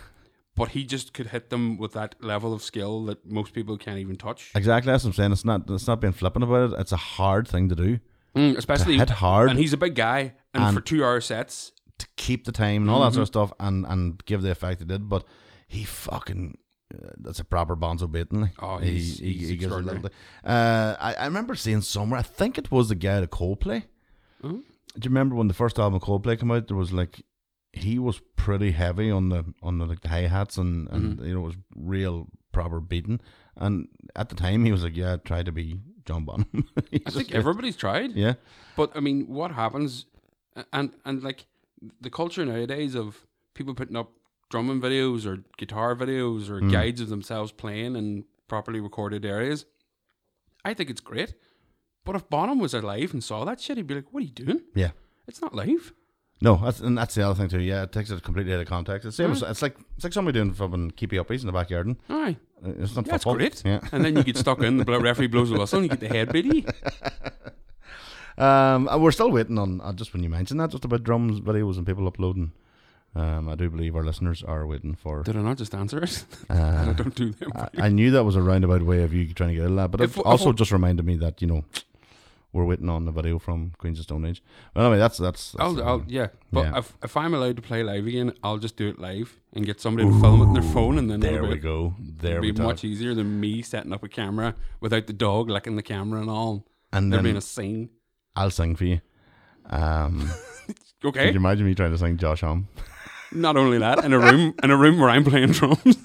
[SPEAKER 3] But he just could hit them with that level of skill that most people can't even touch.
[SPEAKER 8] exactly. That's what I'm saying. It's not. It's not being flippant about it. It's a hard thing to do
[SPEAKER 3] Mm, especially
[SPEAKER 8] hit hard.
[SPEAKER 3] and he's a big guy, and,
[SPEAKER 8] And-
[SPEAKER 3] for two hour sets,
[SPEAKER 8] to keep the time and all that sort of
[SPEAKER 3] Mm-hmm.
[SPEAKER 8] stuff, and and give the effect it did. But he fucking. uh, That's a proper Bonzo beating. like.
[SPEAKER 3] Oh,
[SPEAKER 8] He-
[SPEAKER 3] he's-
[SPEAKER 8] he,
[SPEAKER 3] he's
[SPEAKER 8] he gives a little
[SPEAKER 3] extraordinary.
[SPEAKER 8] bit- Uh, I, I remember seeing somewhere. I think it was the guy at Coldplay.
[SPEAKER 3] Mm-hmm.
[SPEAKER 8] do you remember when the first album Coldplay came out? There was like he was pretty heavy on the on the, like, the hi hats and and
[SPEAKER 3] Mm-hmm.
[SPEAKER 8] you know it was real proper beating. And at the time, he was like, "Yeah, try to be John Bonham." <laughs> He
[SPEAKER 3] I
[SPEAKER 8] just-
[SPEAKER 3] think everybody's tried.
[SPEAKER 8] yeah,
[SPEAKER 3] But I mean, what happens? a- And and like the culture nowadays of people putting up drumming videos or guitar videos
[SPEAKER 8] Mm.
[SPEAKER 3] or guides of themselves playing in properly recorded areas, I think it's great. But if Bonham was alive and saw that shit, he'd be like, "What are you doing?
[SPEAKER 8] yeah.
[SPEAKER 3] It's not live."
[SPEAKER 8] No, that's and that's the other thing too. Yeah, it takes it completely out of context. It's same
[SPEAKER 3] Mm.
[SPEAKER 8] as, it's like it's like somebody doing fucking keepy uppies in the backyard. and uh,
[SPEAKER 3] Aye,
[SPEAKER 8] It's not
[SPEAKER 3] yeah, it's
[SPEAKER 8] football.
[SPEAKER 3] great.
[SPEAKER 8] Yeah.
[SPEAKER 3] And then you get stuck in the bl- referee blows the whistle and you get the head beaty.
[SPEAKER 8] <laughs> Um, and we're still waiting on uh, just when you mentioned that just about drums videos and people uploading. Um, I do believe our listeners are waiting for
[SPEAKER 3] <laughs> Did I not just answer it?
[SPEAKER 8] Uh,
[SPEAKER 3] <laughs> I don't do them.
[SPEAKER 8] I, I knew that was a roundabout way of you trying to get out of that, but
[SPEAKER 3] If-
[SPEAKER 8] it also
[SPEAKER 3] if-
[SPEAKER 8] just reminded me that you know we're waiting on the video from Queens of Stone Age. But anyway, that's that's. um, that's
[SPEAKER 3] I'll, I'll yeah. But
[SPEAKER 8] Yeah.
[SPEAKER 3] If, if I'm allowed to play live again, I'll just do it live and get somebody to film it on their phone, and then
[SPEAKER 8] there
[SPEAKER 3] it'll
[SPEAKER 8] we
[SPEAKER 3] be-
[SPEAKER 8] go. There
[SPEAKER 3] It'll
[SPEAKER 8] we
[SPEAKER 3] be
[SPEAKER 8] go.
[SPEAKER 3] much e- easier than me setting up a camera without the dog licking the camera and all.
[SPEAKER 8] And
[SPEAKER 3] there
[SPEAKER 8] then
[SPEAKER 3] being a scene.
[SPEAKER 8] I'll sing for you. Um, <laughs>
[SPEAKER 3] Okay.
[SPEAKER 8] could you imagine me trying to sing Josh Homme?
[SPEAKER 3] <laughs> Not only that, in a room in a room where I'm playing drums.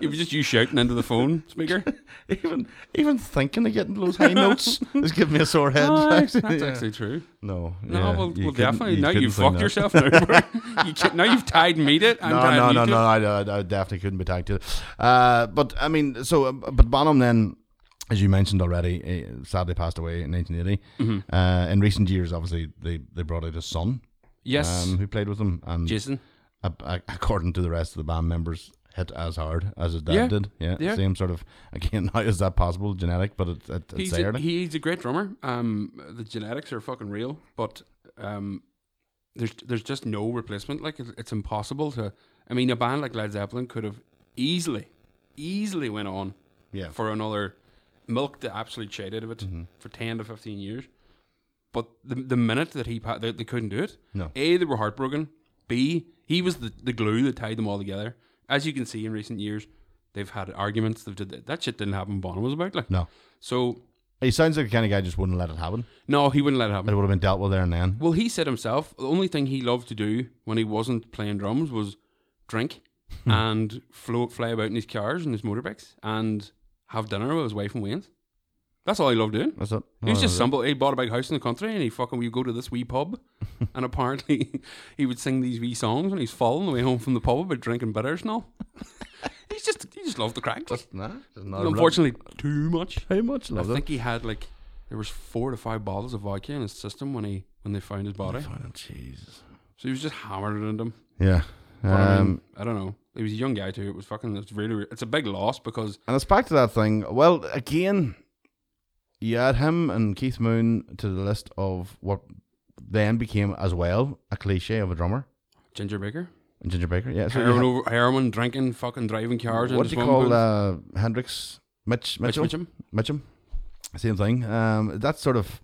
[SPEAKER 3] It was just you shouting into the phone
[SPEAKER 8] <laughs>
[SPEAKER 3] speaker.
[SPEAKER 8] even even thinking of getting those high
[SPEAKER 3] <laughs>
[SPEAKER 8] notes is giving me a sore head.
[SPEAKER 3] Aye, Ah,
[SPEAKER 8] <laughs>
[SPEAKER 3] that's
[SPEAKER 8] Yeah.
[SPEAKER 3] actually true.
[SPEAKER 8] No.
[SPEAKER 3] No,
[SPEAKER 8] yeah,
[SPEAKER 3] well,
[SPEAKER 8] you
[SPEAKER 3] well
[SPEAKER 8] couldn't-
[SPEAKER 3] definitely. now
[SPEAKER 8] couldn't
[SPEAKER 3] you
[SPEAKER 8] sing
[SPEAKER 3] fucked
[SPEAKER 8] that.
[SPEAKER 3] yourself. over. <laughs> you can't, now you've tied
[SPEAKER 8] <laughs>
[SPEAKER 3] me to it. I'm
[SPEAKER 8] No,
[SPEAKER 3] tying
[SPEAKER 8] no,
[SPEAKER 3] you
[SPEAKER 8] no,
[SPEAKER 3] to
[SPEAKER 8] no,
[SPEAKER 3] it.
[SPEAKER 8] I, I- I definitely couldn't be tagged to it. Uh, but I mean, so uh, but Bonham then, as you mentioned already, uh, sadly passed away in 1980.
[SPEAKER 3] Mm-hmm.
[SPEAKER 8] Uh, in recent years, obviously, they, they brought out his son,
[SPEAKER 3] Yes,
[SPEAKER 8] um, who played with him, and
[SPEAKER 3] Jason.
[SPEAKER 8] a- a- according to the rest of the band members, hit as hard as his dad
[SPEAKER 3] Yeah,
[SPEAKER 8] did. Yeah,
[SPEAKER 3] yeah.
[SPEAKER 8] same sort of. <laughs> Again, how is that possible? Genetic, but it, it, it's
[SPEAKER 3] He's
[SPEAKER 8] there.
[SPEAKER 3] a,
[SPEAKER 8] like.
[SPEAKER 3] he's a great drummer. Um, the genetics are fucking real, but um, there's there's just no replacement. Like it's, it's impossible to. I mean, a band like Led Zeppelin could have easily, easily went on
[SPEAKER 8] yeah, Mm-hmm.
[SPEAKER 3] for another milk the absolute shit out of it for ten to fifteen years. But the the minute that he pa- they, they couldn't do it.
[SPEAKER 8] No.
[SPEAKER 3] A they were heartbroken. B he was the, the glue that tied them all together. As you can see in recent years, they've had arguments. They've did that, that shit didn't happen. Bono was about like
[SPEAKER 8] no.
[SPEAKER 3] so.
[SPEAKER 8] He sounds like the kind of guy who just wouldn't let it happen.
[SPEAKER 3] No, he wouldn't let it happen.
[SPEAKER 8] It would have been dealt with there and then.
[SPEAKER 3] Well, he said himself the only thing he loved to do when he wasn't playing drums was drink
[SPEAKER 8] Hmm.
[SPEAKER 3] and float, fly about in his cars and his motorbikes and have dinner with his wife and Wayne's. That's all he loved doing.
[SPEAKER 8] That's it.
[SPEAKER 3] He was
[SPEAKER 8] Oh,
[SPEAKER 3] just
[SPEAKER 8] that
[SPEAKER 3] somebody. He bought a big house in the country, and he fucking would go to this wee pub,
[SPEAKER 8] <laughs>
[SPEAKER 3] and apparently <laughs> he would sing these wee songs when he's falling the way home from the pub about drinking bitters and all. <laughs> he's just he just loved the crack. Like,
[SPEAKER 8] was it. Nah, just another love.
[SPEAKER 3] unfortunately, too much.
[SPEAKER 8] How much
[SPEAKER 3] I
[SPEAKER 8] love
[SPEAKER 3] think he had like there was four to five bottles of vodka in his system when he when they found his body.
[SPEAKER 8] Jesus.
[SPEAKER 3] So he was just hammering it into him.
[SPEAKER 8] Yeah.
[SPEAKER 3] But I, mean,
[SPEAKER 8] Um,
[SPEAKER 3] I don't know. He was a young guy too. It was fucking. It's really. It's a big loss because
[SPEAKER 8] and it's back to that thing. Well, again, you add him and Keith Moon to the list of what then became, as well, a cliche of a drummer.
[SPEAKER 3] Ginger Baker,
[SPEAKER 8] And Ginger Baker, <laughs> yeah. So you
[SPEAKER 3] heroin,
[SPEAKER 8] have-
[SPEAKER 3] over, heroin, drinking, fucking driving cars. in
[SPEAKER 8] what
[SPEAKER 3] his
[SPEAKER 8] do you
[SPEAKER 3] phone
[SPEAKER 8] call
[SPEAKER 3] booth.
[SPEAKER 8] uh, Hendrix? Mitch,
[SPEAKER 3] Mitch
[SPEAKER 8] Mitchell?
[SPEAKER 3] Mitchum?
[SPEAKER 8] Mitchum. Same thing. Um, that's sort of.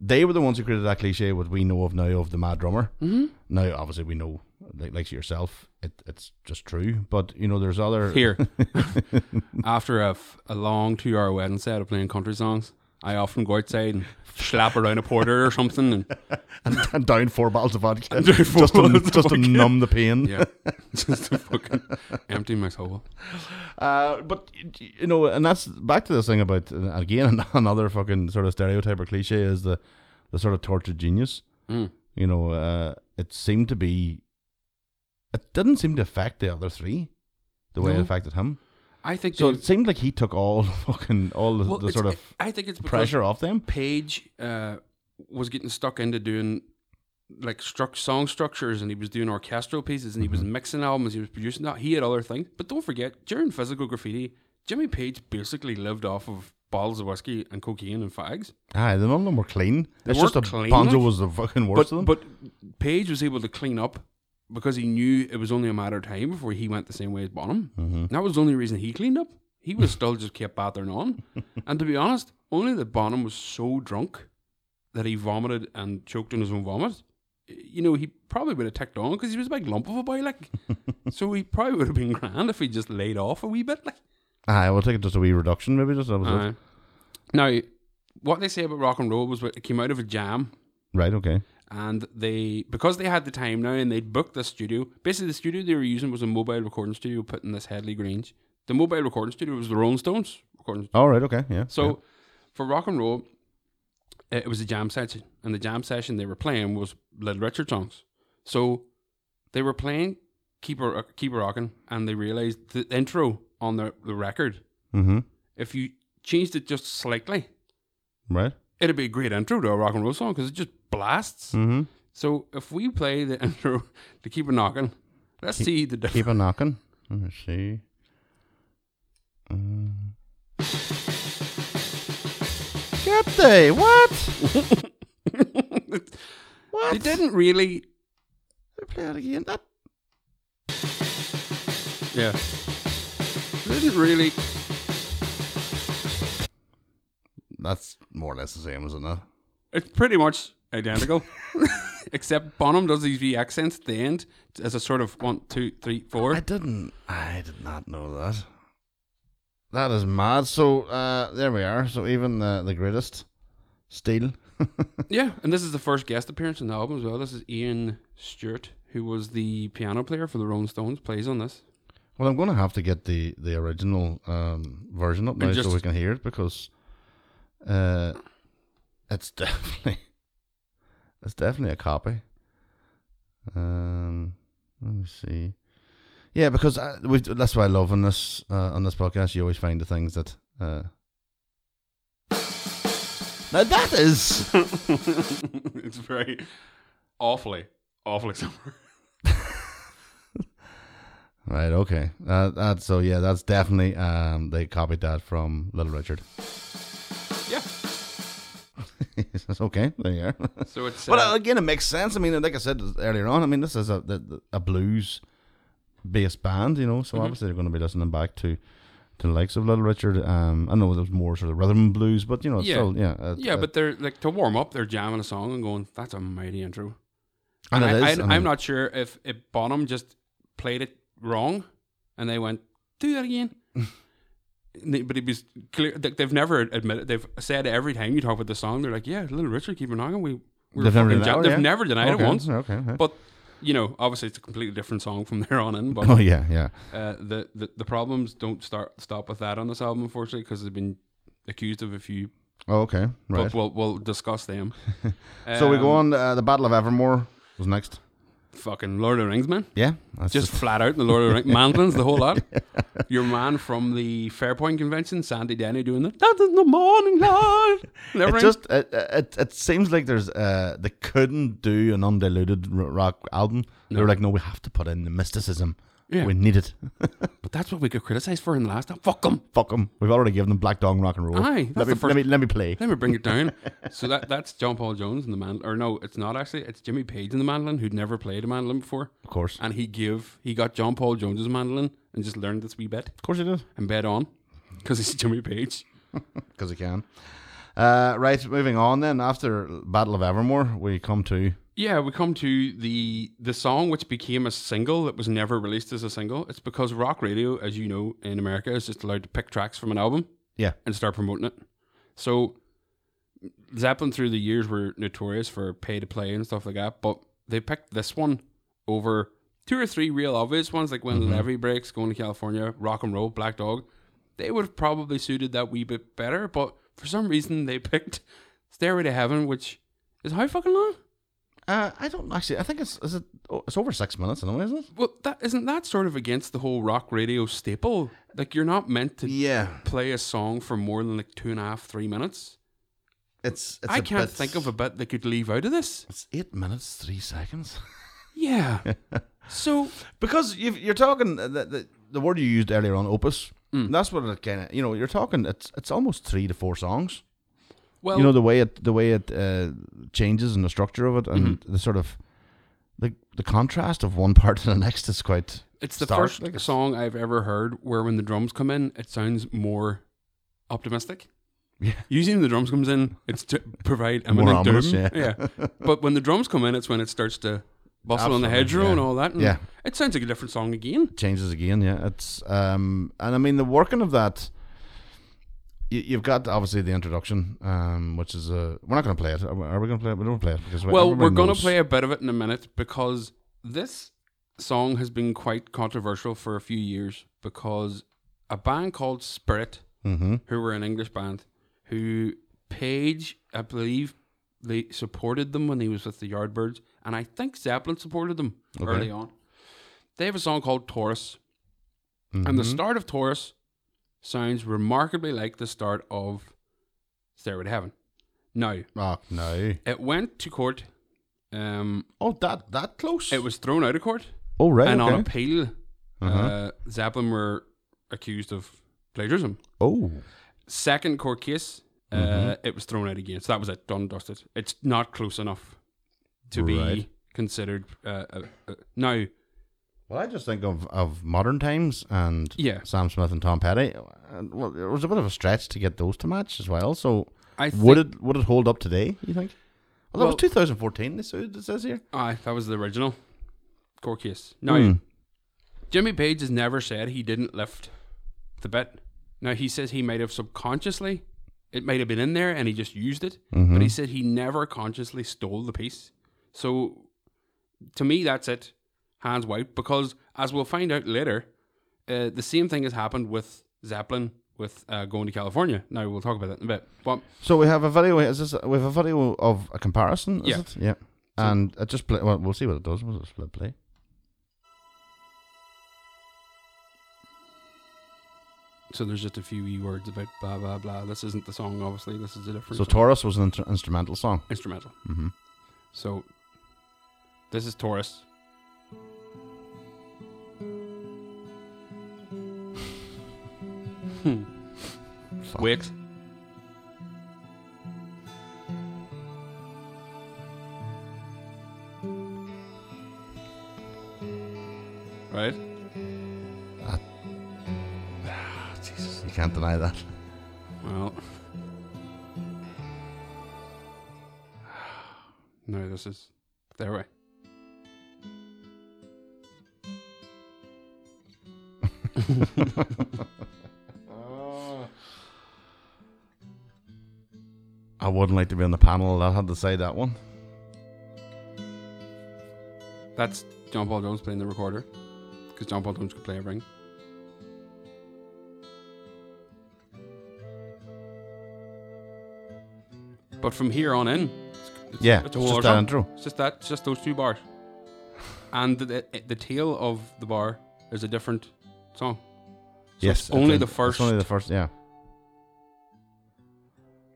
[SPEAKER 8] They were the ones who created that cliche, what we know of now of the mad drummer. Mm-hmm. Now, obviously, we know, like, like yourself, it, it's just true. But, you know, there's other.
[SPEAKER 3] Here, <laughs> after a, f- a long two hour wedding set of playing country songs, I often go outside and slap around a porter or something. And
[SPEAKER 8] and, and <laughs> down four bottles of vodka
[SPEAKER 3] <laughs> down four
[SPEAKER 8] just, to,
[SPEAKER 3] bottles of
[SPEAKER 8] just to
[SPEAKER 3] vodka.
[SPEAKER 8] numb the pain.
[SPEAKER 3] yeah, <laughs> just to fucking empty my soul.
[SPEAKER 8] Uh, but you know, and that's back to this thing about uh, again <laughs> another fucking sort of stereotype or cliche is the the sort of tortured genius.
[SPEAKER 3] Mm.
[SPEAKER 8] You know, uh, it seemed to be. It didn't seem to affect the other three, the way it
[SPEAKER 3] No.
[SPEAKER 8] affected him.
[SPEAKER 3] I think
[SPEAKER 8] So
[SPEAKER 3] they-
[SPEAKER 8] it seemed like he took all <laughs> the fucking all the,
[SPEAKER 3] well,
[SPEAKER 8] the
[SPEAKER 3] it's-
[SPEAKER 8] sort of
[SPEAKER 3] I think it's because
[SPEAKER 8] pressure off them.
[SPEAKER 3] Page uh, was getting stuck into doing like struck song structures, and he was doing orchestral pieces, and he was mixing albums, he was producing that. He had other things, but don't forget during Physical Graffiti, Jimmy Page basically lived off of bottles of whiskey and cocaine and fags.
[SPEAKER 8] Aye, none of them were clean.
[SPEAKER 3] They
[SPEAKER 8] it's just a
[SPEAKER 3] weren't clean,
[SPEAKER 8] Bonzo
[SPEAKER 3] like.
[SPEAKER 8] was the fucking worst
[SPEAKER 3] but,
[SPEAKER 8] of them.
[SPEAKER 3] But Page was able to clean up because he knew it was only a matter of time before he went the same way as Bonham. That was the only reason he cleaned up. He was still just kept battering on. and to be honest, only that Bonham was so drunk that he vomited and choked on his own vomit. You know, he probably would have ticked on because he was a big lump of a boy, like. so he probably would have been grand if he just laid off a wee bit, like.
[SPEAKER 8] Aye, we'll take it just a wee reduction, maybe just that was it.
[SPEAKER 3] Aye. now, what they say about rock and roll was what- it came out of a jam
[SPEAKER 8] Right, okay.
[SPEAKER 3] and they because they had the time now and they'd booked this studio basically the studio they were using was a mobile recording studio put in this headley grange the mobile recording studio was the rolling stones recording
[SPEAKER 8] All right, okay, yeah.
[SPEAKER 3] so
[SPEAKER 8] yeah.
[SPEAKER 3] for rock and roll it was a jam session and the jam session they were playing was little richard songs so they were playing keep, a, keep a rocking and they realized the intro on the, the record
[SPEAKER 8] mm-hmm.
[SPEAKER 3] if you changed it just slightly
[SPEAKER 8] Right.
[SPEAKER 3] it'd be a great intro to a rock and roll song because it just blasts
[SPEAKER 8] Mm-hmm.
[SPEAKER 3] so if we play the <laughs> intro to keep a knocking, let's see the difference.
[SPEAKER 8] Keep on knocking. Let me see. Um. Get they what? What?
[SPEAKER 3] they didn't really.
[SPEAKER 8] They play it again. That
[SPEAKER 3] Yeah. They didn't really.
[SPEAKER 8] that's more or less the same, isn't it?
[SPEAKER 3] It's pretty much identical, <laughs> except Bonham does these wee accents at the end as a sort of one, two, three, four.
[SPEAKER 8] I didn't. I did not know that. That is mad. So uh, there we are. So even the the greatest steel. <laughs>
[SPEAKER 3] yeah, and this is the first guest appearance on the album as well. This is Ian Stewart, who was the piano player for the Rolling Stones, plays on this.
[SPEAKER 8] Well, I'm going to have to get the the original um, version up
[SPEAKER 3] And
[SPEAKER 8] now so
[SPEAKER 3] just-
[SPEAKER 8] we can hear it because uh, it's <laughs> definitely it's definitely a copy. Um, let me see. Yeah, because I, we that's why I love on this uh, on this podcast. You always find the things that. Uh, now that is
[SPEAKER 3] <laughs> it's very awfully, awfully similar.
[SPEAKER 8] right. Okay, uh, that so yeah, that's definitely um, they copied that from Little Richard.
[SPEAKER 3] Yeah.
[SPEAKER 8] <laughs> okay, there you are. <laughs>
[SPEAKER 3] So it's uh,
[SPEAKER 8] Well, again, it makes sense. I mean, like I said earlier on, I mean, this is a the- a blues based band, you know.
[SPEAKER 3] Mm-hmm.
[SPEAKER 8] So obviously they're going to be listening back to to the likes of Little Richard. Um, I know there's more sort of rhythm and blues, but you know, it's
[SPEAKER 3] Yeah.
[SPEAKER 8] still yeah, uh,
[SPEAKER 3] yeah,
[SPEAKER 8] uh,
[SPEAKER 3] but they're like to warm up, they're jamming a song and going, "That's a mighty intro."
[SPEAKER 8] and
[SPEAKER 3] I,
[SPEAKER 8] it is,
[SPEAKER 3] I,
[SPEAKER 8] I mean,
[SPEAKER 3] I'm not sure if, if Bonham just played it wrong, and they went, "Do
[SPEAKER 8] <laughs>
[SPEAKER 3] that again." And they- but it was clear that they've never admitted. They've said every time you talk about the song, they're like, "Yeah, Little Richard, keep it on." We we were
[SPEAKER 8] They've never denied
[SPEAKER 3] fucking jam-
[SPEAKER 8] it,
[SPEAKER 3] They've
[SPEAKER 8] yeah.
[SPEAKER 3] never denied
[SPEAKER 8] okay,
[SPEAKER 3] it once.
[SPEAKER 8] Okay. okay.
[SPEAKER 3] But you know, obviously, it's a completely different song from <laughs> there on in.
[SPEAKER 8] <laughs>
[SPEAKER 3] But
[SPEAKER 8] oh yeah, yeah.
[SPEAKER 3] uh, the, the the problems don't start stop with that on this album, unfortunately, because they've been accused of a few.
[SPEAKER 8] Oh, okay. Right.
[SPEAKER 3] But we'll we'll discuss them.
[SPEAKER 8] so we go on.
[SPEAKER 3] Um,
[SPEAKER 8] Uh, the Battle of Evermore was next.
[SPEAKER 3] Fucking Lord of the Rings, man.
[SPEAKER 8] Yeah. That's <laughs>
[SPEAKER 3] Just flat out in the Lord of the Rings. Mantlins, the whole lot. Your man from the Fairpoint Convention, Sandy Denny, doing that. That's in the morning light.
[SPEAKER 8] <laughs>
[SPEAKER 3] And
[SPEAKER 8] It
[SPEAKER 3] everything.
[SPEAKER 8] just it, it it seems like there's uh they couldn't do an undiluted r- rock album. They were like, no, we have to put in the mysticism.
[SPEAKER 3] Yeah.
[SPEAKER 8] We need it. <laughs>
[SPEAKER 3] but that's what we could criticize for in the last time. Fuck them.
[SPEAKER 8] Fuck them. We've already given them Black Dong Rock and Roll.
[SPEAKER 3] Aye, that's
[SPEAKER 8] let me
[SPEAKER 3] the first-
[SPEAKER 8] let me let me play.
[SPEAKER 3] Let me bring it
[SPEAKER 8] <laughs>
[SPEAKER 3] down. so that that's John Paul Jones and the mandolin. Or no, it's not actually. It's Jimmy Page and the mandolin, who'd never played a mandolin before.
[SPEAKER 8] Of course,
[SPEAKER 3] And he give he got John Paul Jones's mandolin and just learned this wee bit
[SPEAKER 8] of course you did
[SPEAKER 3] and bet on because he's Jimmy Page.
[SPEAKER 8] because you can. Uh, right, moving on then. After Battle of Evermore, we come to
[SPEAKER 3] Yeah, we come to the the song which became a single that was never released as a single. It's because rock radio, as you know, in America is just allowed to pick tracks from an album
[SPEAKER 8] yeah,
[SPEAKER 3] and start promoting it. So Zeppelin through the years were notorious for pay to play and stuff like that, but they picked this one over two or three real obvious ones like when Levy breaks, going to California, rock and roll, Black Dog. They would have probably suited that wee bit better, but for some reason they <laughs> picked Stairway to Heaven, which is how fucking long?
[SPEAKER 8] uh, I don't actually. I think it's is it oh, it's over six minutes anyway, isn't it?
[SPEAKER 3] Well, that isn't that sort of against the whole rock radio staple. Like you're not meant to
[SPEAKER 8] Yeah,
[SPEAKER 3] play a song for more than like two and a half, three minutes.
[SPEAKER 8] it's. it's
[SPEAKER 3] I
[SPEAKER 8] a
[SPEAKER 3] can't
[SPEAKER 8] bit-
[SPEAKER 3] think of a bit they could leave out of this.
[SPEAKER 8] It's eight minutes three seconds. <laughs>
[SPEAKER 3] Yeah. so
[SPEAKER 8] because you've, you're talking uh, the, the the word you used earlier on opus.
[SPEAKER 3] Mm.
[SPEAKER 8] That's what it kind of you know. You're talking it's it's almost three to four songs.
[SPEAKER 3] well,
[SPEAKER 8] you know the way it the way it uh, changes and the structure of it and
[SPEAKER 3] Mm-hmm.
[SPEAKER 8] the sort of the the contrast of one <laughs> part to the next is quite.
[SPEAKER 3] it's the
[SPEAKER 8] stark,
[SPEAKER 3] first
[SPEAKER 8] like it's-
[SPEAKER 3] song I've ever heard where when the drums come in, it sounds more optimistic.
[SPEAKER 8] Yeah.
[SPEAKER 3] Usually when the drums comes in, it's to provide
[SPEAKER 8] More
[SPEAKER 3] imminent doom.
[SPEAKER 8] ominous, yeah. <laughs>
[SPEAKER 3] But when the drums come in, it's when it starts to bustle on the
[SPEAKER 8] Absolutely,
[SPEAKER 3] hedgerow
[SPEAKER 8] yeah.
[SPEAKER 3] and all that. And
[SPEAKER 8] Yeah.
[SPEAKER 3] It sounds like a different song again.
[SPEAKER 8] changes again. Yeah, it's um, and I mean the working of that. You, you've got obviously the introduction, um, which is uh, we're not going to play it. Are we, are we going to play it? We don't play it because
[SPEAKER 3] Well,
[SPEAKER 8] everybody
[SPEAKER 3] we're going
[SPEAKER 8] knows.
[SPEAKER 3] to play a bit of it in a minute because this song has been quite controversial for a few years because a band called Spirit, who were an English band, who Page, I believe, they supported them when he was with the Yardbirds, and I think Zeppelin supported them early on. They have a song called Taurus, and the start of Taurus sounds remarkably like the start of Stairway to Heaven. Now,
[SPEAKER 8] Oh no!
[SPEAKER 3] it went to court. Um,
[SPEAKER 8] Oh, that that close.
[SPEAKER 3] it was thrown out of court,
[SPEAKER 8] oh right.
[SPEAKER 3] and on
[SPEAKER 8] okay.
[SPEAKER 3] appeal, uh
[SPEAKER 8] Uh-huh.
[SPEAKER 3] Zeppelin were accused of plagiarism.
[SPEAKER 8] oh,
[SPEAKER 3] Second court case, uh,
[SPEAKER 8] Mm-hmm.
[SPEAKER 3] it was thrown out again. So that was it, done, dusted. It's not close enough to
[SPEAKER 8] Right.
[SPEAKER 3] be considered. Uh, uh, uh, now,
[SPEAKER 8] Well, I just think of, of modern times and
[SPEAKER 3] Yeah.
[SPEAKER 8] Sam Smith and Tom Petty. And, well, it was a bit of a stretch to get those to match as well. So
[SPEAKER 3] I
[SPEAKER 8] would
[SPEAKER 3] think-
[SPEAKER 8] it would it hold up today? You think? Well, that
[SPEAKER 3] Well-
[SPEAKER 8] was 2014. This it says here.
[SPEAKER 3] aye, that was the original court case. Now, Jimmy Page has never said he didn't lift the bit. Now he says he might have subconsciously, it might have been in there, and he just used it. But he said he never consciously stole the piece. So, to me, that's it, hands wiped. Because as we'll find out later, uh, the same thing has happened with Zeppelin with uh, going to California. Now we'll talk about that in a bit. But
[SPEAKER 8] So we have a video. Is this we have a video of a comparison? Is
[SPEAKER 3] Yeah.
[SPEAKER 8] it? Yeah. And it just play. Well, we'll see what it does. We'll just split play.
[SPEAKER 3] so there's just a few e words about blah blah blah. This isn't the song, obviously. This is a different
[SPEAKER 8] So
[SPEAKER 3] song.
[SPEAKER 8] Taurus was an inter- instrumental song.
[SPEAKER 3] instrumental.
[SPEAKER 8] Mhm.
[SPEAKER 3] So this is Taurus. Hmm.
[SPEAKER 8] Fuck.
[SPEAKER 3] Wicks. Right?
[SPEAKER 8] Jesus, you can't deny that.
[SPEAKER 3] Well. <sighs> No, this is their way.
[SPEAKER 8] I wouldn't like to be on the panel that had to say that one.
[SPEAKER 3] That's John Paul Jones playing the recorder. Because John Paul Jones could play everything. But from here on in, it's, it's-
[SPEAKER 8] Yeah,
[SPEAKER 3] it's a
[SPEAKER 8] it's
[SPEAKER 3] whole
[SPEAKER 8] just
[SPEAKER 3] other
[SPEAKER 8] that
[SPEAKER 3] song.
[SPEAKER 8] intro.
[SPEAKER 3] It's just that, it's just those two bars. and the, the, the tail of the bar is a different song. So
[SPEAKER 8] yes,
[SPEAKER 3] it's only
[SPEAKER 8] in-
[SPEAKER 3] the
[SPEAKER 8] It's only the first. Yeah.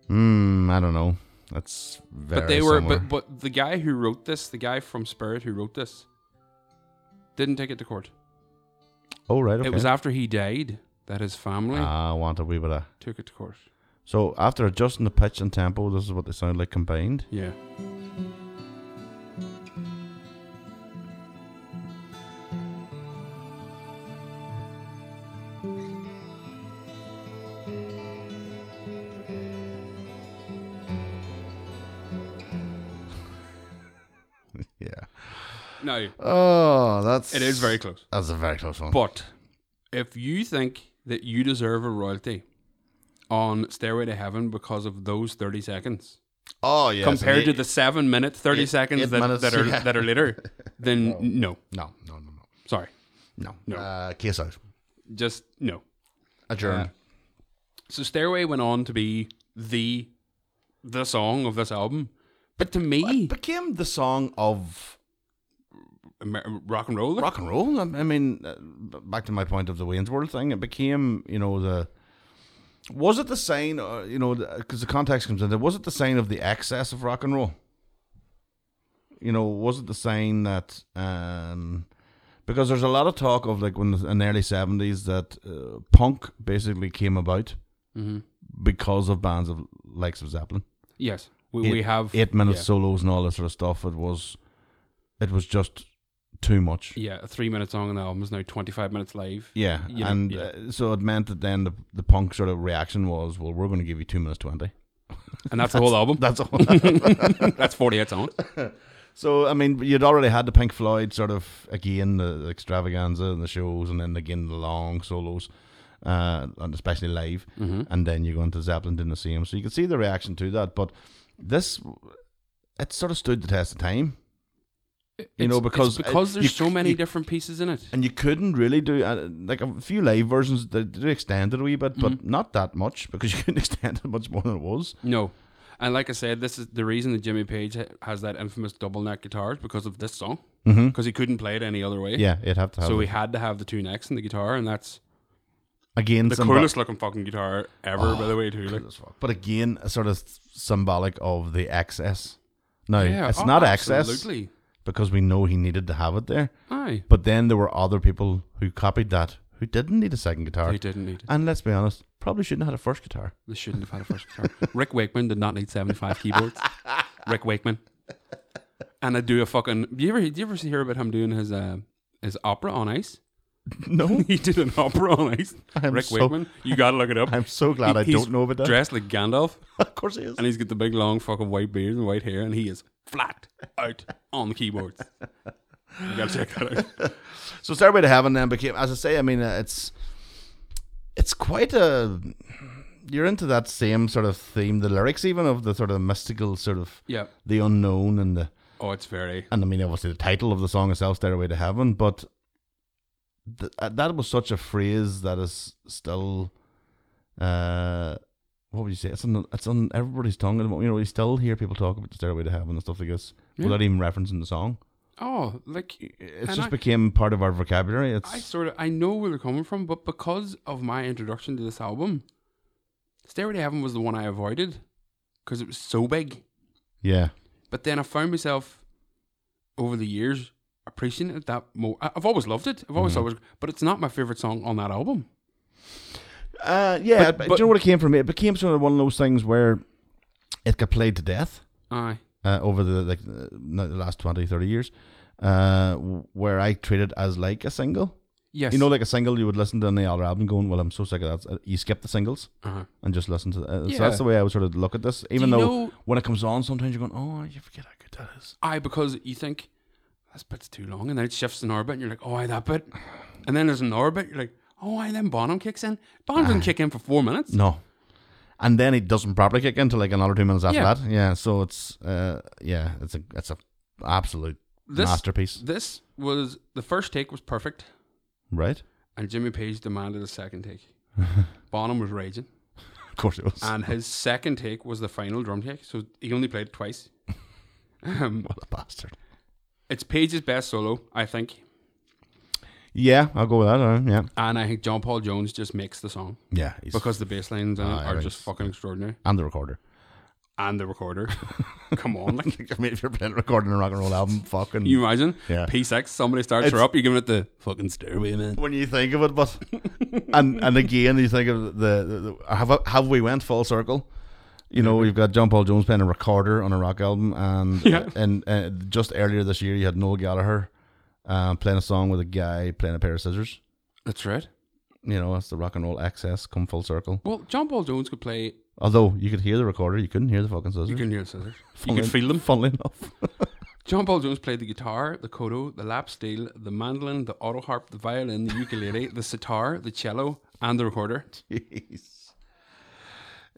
[SPEAKER 8] Hmm. I don't know. That's very.
[SPEAKER 3] but they were
[SPEAKER 8] similar.
[SPEAKER 3] but but the guy who wrote this the guy from spirit who wrote this didn't take it to court
[SPEAKER 8] oh right. Okay. Ah.
[SPEAKER 3] it was after he died that his family
[SPEAKER 8] I want a wee bit of.
[SPEAKER 3] took it to court
[SPEAKER 8] So after adjusting the pitch and tempo, this is what they sound like combined.
[SPEAKER 3] yeah
[SPEAKER 8] Yeah.
[SPEAKER 3] no
[SPEAKER 8] Oh, that's.
[SPEAKER 3] it is very close
[SPEAKER 8] That's a very close one.
[SPEAKER 3] but if you think that you deserve a royalty on stairway to heaven because of those 30 seconds
[SPEAKER 8] oh yeah.
[SPEAKER 3] compared to the 7 minute 30
[SPEAKER 8] eight-
[SPEAKER 3] seconds
[SPEAKER 8] eight
[SPEAKER 3] that,
[SPEAKER 8] minutes,
[SPEAKER 3] that are
[SPEAKER 8] yeah.
[SPEAKER 3] that are later
[SPEAKER 8] <laughs>
[SPEAKER 3] then no
[SPEAKER 8] No, no, no, no,
[SPEAKER 3] sorry
[SPEAKER 8] no.
[SPEAKER 3] No.
[SPEAKER 8] Uh, case out.
[SPEAKER 3] just no
[SPEAKER 8] Adjourned.
[SPEAKER 3] So Stairway went on to be the the song of this album. But to me,
[SPEAKER 8] it became the song of
[SPEAKER 3] Amer- rock and roll.
[SPEAKER 8] rock and roll. I I mean, uh, back to my point of the Wayne's World thing, it became, you know, the. Was it the sign, uh, you know, because the context comes into was it the sign of the excess of rock and roll? You know, was it the sign that. Um, because there's a lot of talk of like when the, in the early 70s that uh, punk basically came about
[SPEAKER 3] Mm-hmm.
[SPEAKER 8] because of bands of likes of Zeppelin.
[SPEAKER 3] Yes, we, we
[SPEAKER 8] Eight-
[SPEAKER 3] have
[SPEAKER 8] eight minute
[SPEAKER 3] yeah,
[SPEAKER 8] solos and all this sort of stuff. It was, it was just too much.
[SPEAKER 3] Yeah, a three minute song on the album is now twenty five minutes live.
[SPEAKER 8] Yeah,
[SPEAKER 3] You know,
[SPEAKER 8] and
[SPEAKER 3] yeah.
[SPEAKER 8] Uh, so it meant that then the the punk sort of reaction was, well, we're going to give you two minutes twenty.
[SPEAKER 3] and that's, the whole album.
[SPEAKER 8] That's all. <laughs>
[SPEAKER 3] that's forty eight songs.
[SPEAKER 8] so I mean, you'd already had the Pink Floyd sort of again the, the extravaganza and the shows, and then again the long solos. Uh, and especially live,
[SPEAKER 3] Mm-hmm.
[SPEAKER 8] and then you go into Zeppelin doing the same. So you could see the reaction to that, but this it sort of stood the test of time. You know,
[SPEAKER 3] It's- it's
[SPEAKER 8] because, uh,
[SPEAKER 3] because there's
[SPEAKER 8] you-
[SPEAKER 3] so many
[SPEAKER 8] you-
[SPEAKER 3] different pieces in it.
[SPEAKER 8] and you couldn't really do uh, like a few live versions they did extend it a wee bit, but
[SPEAKER 3] Mm-hmm.
[SPEAKER 8] not that much because <laughs> you couldn't extend it much more than it was.
[SPEAKER 3] No, and like I said, this is the reason that Jimmy Page ha- has that infamous double neck guitar is because of this song. Because he couldn't play it any other way.
[SPEAKER 8] Mm-hmm. Yeah, it'd have to have
[SPEAKER 3] So
[SPEAKER 8] it.
[SPEAKER 3] we had to have the two necks and the guitar, and that's
[SPEAKER 8] again
[SPEAKER 3] the
[SPEAKER 8] symbol-
[SPEAKER 3] coolest looking fucking guitar ever, by the way, too. Like,
[SPEAKER 8] cool as fuck. but again a sort of symbolic of the excess. No,
[SPEAKER 3] Yeah,
[SPEAKER 8] it's
[SPEAKER 3] oh,
[SPEAKER 8] not excess
[SPEAKER 3] Absolutely.
[SPEAKER 8] because we know he needed to have it there.
[SPEAKER 3] Aye.
[SPEAKER 8] But then there were other people who copied that who didn't need a second guitar.
[SPEAKER 3] They didn't need it.
[SPEAKER 8] And let's be honest, probably shouldn't have had a first guitar. <laughs>
[SPEAKER 3] They shouldn't have had a first guitar. Rick Wakeman did not need 75 keyboards. Rick Wakeman. And I do a fucking. Do you ever, do you ever hear about him doing his uh, his opera on ice?
[SPEAKER 8] No,
[SPEAKER 3] <laughs> He did an opera on ice.
[SPEAKER 8] <laughs> I'm
[SPEAKER 3] Rick
[SPEAKER 8] so-
[SPEAKER 3] Wakeman. You gotta look it up.
[SPEAKER 8] I'm so glad
[SPEAKER 3] He-
[SPEAKER 8] I
[SPEAKER 3] he's
[SPEAKER 8] don't know about that.
[SPEAKER 3] Dressed like Gandalf,
[SPEAKER 8] <laughs> of course he is.
[SPEAKER 3] and he's got the big long fucking white beard and white hair, and he is flat out on the keyboards. You gotta check that out.
[SPEAKER 8] <laughs> So Stairway to Heaven then became, as I say, I mean, uh, it's it's quite a. You're into that same sort of theme, the lyrics even of the sort of mystical sort of
[SPEAKER 3] Yeah.
[SPEAKER 8] the unknown and the
[SPEAKER 3] Oh, it's very.
[SPEAKER 8] and I mean obviously the title of the song itself, Stairway to Heaven, but th- uh, that was such a phrase that is still, uh, what would you say? It's on it's on everybody's tongue. at the moment. You know, we still hear people talk about the stairway to heaven and stuff like this
[SPEAKER 3] Yeah.
[SPEAKER 8] without even referencing the song.
[SPEAKER 3] Oh, like
[SPEAKER 8] It's
[SPEAKER 3] And
[SPEAKER 8] just
[SPEAKER 3] I-
[SPEAKER 8] became part of our vocabulary. It's
[SPEAKER 3] I sort of I know where they're coming from, but because of my introduction to this album, Stairway to Heaven was the one I avoided because it was so big.
[SPEAKER 8] yeah,
[SPEAKER 3] But then I found myself over the years appreciating it that more. I've always loved it. I've
[SPEAKER 8] Mm-hmm.
[SPEAKER 3] always always, but it's not my favorite song on that album.
[SPEAKER 8] uh, yeah.
[SPEAKER 3] But-
[SPEAKER 8] But,
[SPEAKER 3] but-
[SPEAKER 8] do you know what it came from? It became sort of one of those things where it got played to death.
[SPEAKER 3] Aye,
[SPEAKER 8] uh, over the like uh, no, the last 20 30 years uh w- where i treat it as like a single
[SPEAKER 3] yes,
[SPEAKER 8] you know like a single you would listen to on the other album going well i'm so sick of that Uh, you skip the singles
[SPEAKER 3] uh-huh.
[SPEAKER 8] and just listen to that so
[SPEAKER 3] Yeah.
[SPEAKER 8] that's the way i would sort of look at this even
[SPEAKER 3] you
[SPEAKER 8] though
[SPEAKER 3] know-
[SPEAKER 8] when it comes on sometimes you're going oh you forget how good that is
[SPEAKER 3] aye, because you think this bit's too long, and then it shifts an orbit, and you're like, oh, aye, that bit, and then there's an orbit, you're like, oh, aye, then Bonham kicks in. Bonham doesn't kick in for four minutes.
[SPEAKER 8] no and then it doesn't properly kick into like another two minutes after
[SPEAKER 3] Yeah.
[SPEAKER 8] that yeah so it's uh yeah it's a it's a absolute
[SPEAKER 3] This-
[SPEAKER 8] masterpiece
[SPEAKER 3] This was the first take was perfect.
[SPEAKER 8] right
[SPEAKER 3] And Jimmy Page demanded a
[SPEAKER 8] <laughs>
[SPEAKER 3] second take. Bonham was raging.
[SPEAKER 8] of course it was
[SPEAKER 3] And his second take was the final drum take. So he only played it twice. Um,
[SPEAKER 8] what a bastard
[SPEAKER 3] it's Page's best solo, I think.
[SPEAKER 8] yeah i'll go with that uh, yeah
[SPEAKER 3] And I think John Paul Jones just makes the song
[SPEAKER 8] yeah he's-
[SPEAKER 3] because the bass lines in it
[SPEAKER 8] Aye,
[SPEAKER 3] are
[SPEAKER 8] right.
[SPEAKER 3] just fucking extraordinary.
[SPEAKER 8] and the recorder
[SPEAKER 3] And the recorder. <laughs> Come on. Like,
[SPEAKER 8] <laughs> I mean, if you're playing recording a rock and roll album, fucking.
[SPEAKER 3] you imagine?
[SPEAKER 8] Yeah.
[SPEAKER 3] P6, somebody starts her
[SPEAKER 8] It's-
[SPEAKER 3] up, you're giving it the fucking stairway, man.
[SPEAKER 8] when you think of it, but and and again, you think of the, the, the have have we went full circle? You know, you've got John Paul Jones playing a recorder on a rock album, and
[SPEAKER 3] <laughs> Yeah.
[SPEAKER 8] and uh, just earlier this year, you had Noel Gallagher um, playing a song with a guy playing a pair of scissors.
[SPEAKER 3] That's right.
[SPEAKER 8] You know, that's the rock and roll excess come full circle.
[SPEAKER 3] Well, John Paul Jones could play.
[SPEAKER 8] Although you could hear the recorder, you couldn't hear the fucking scissors.
[SPEAKER 3] You can hear the scissors. You
[SPEAKER 8] Funnily-
[SPEAKER 3] could feel them.
[SPEAKER 8] Funnily enough, <laughs>
[SPEAKER 3] John Paul Jones played the guitar, the kodo, the lap steel, the mandolin, the auto harp, the violin, the ukulele, the sitar, the cello, and the recorder.
[SPEAKER 8] Jeez.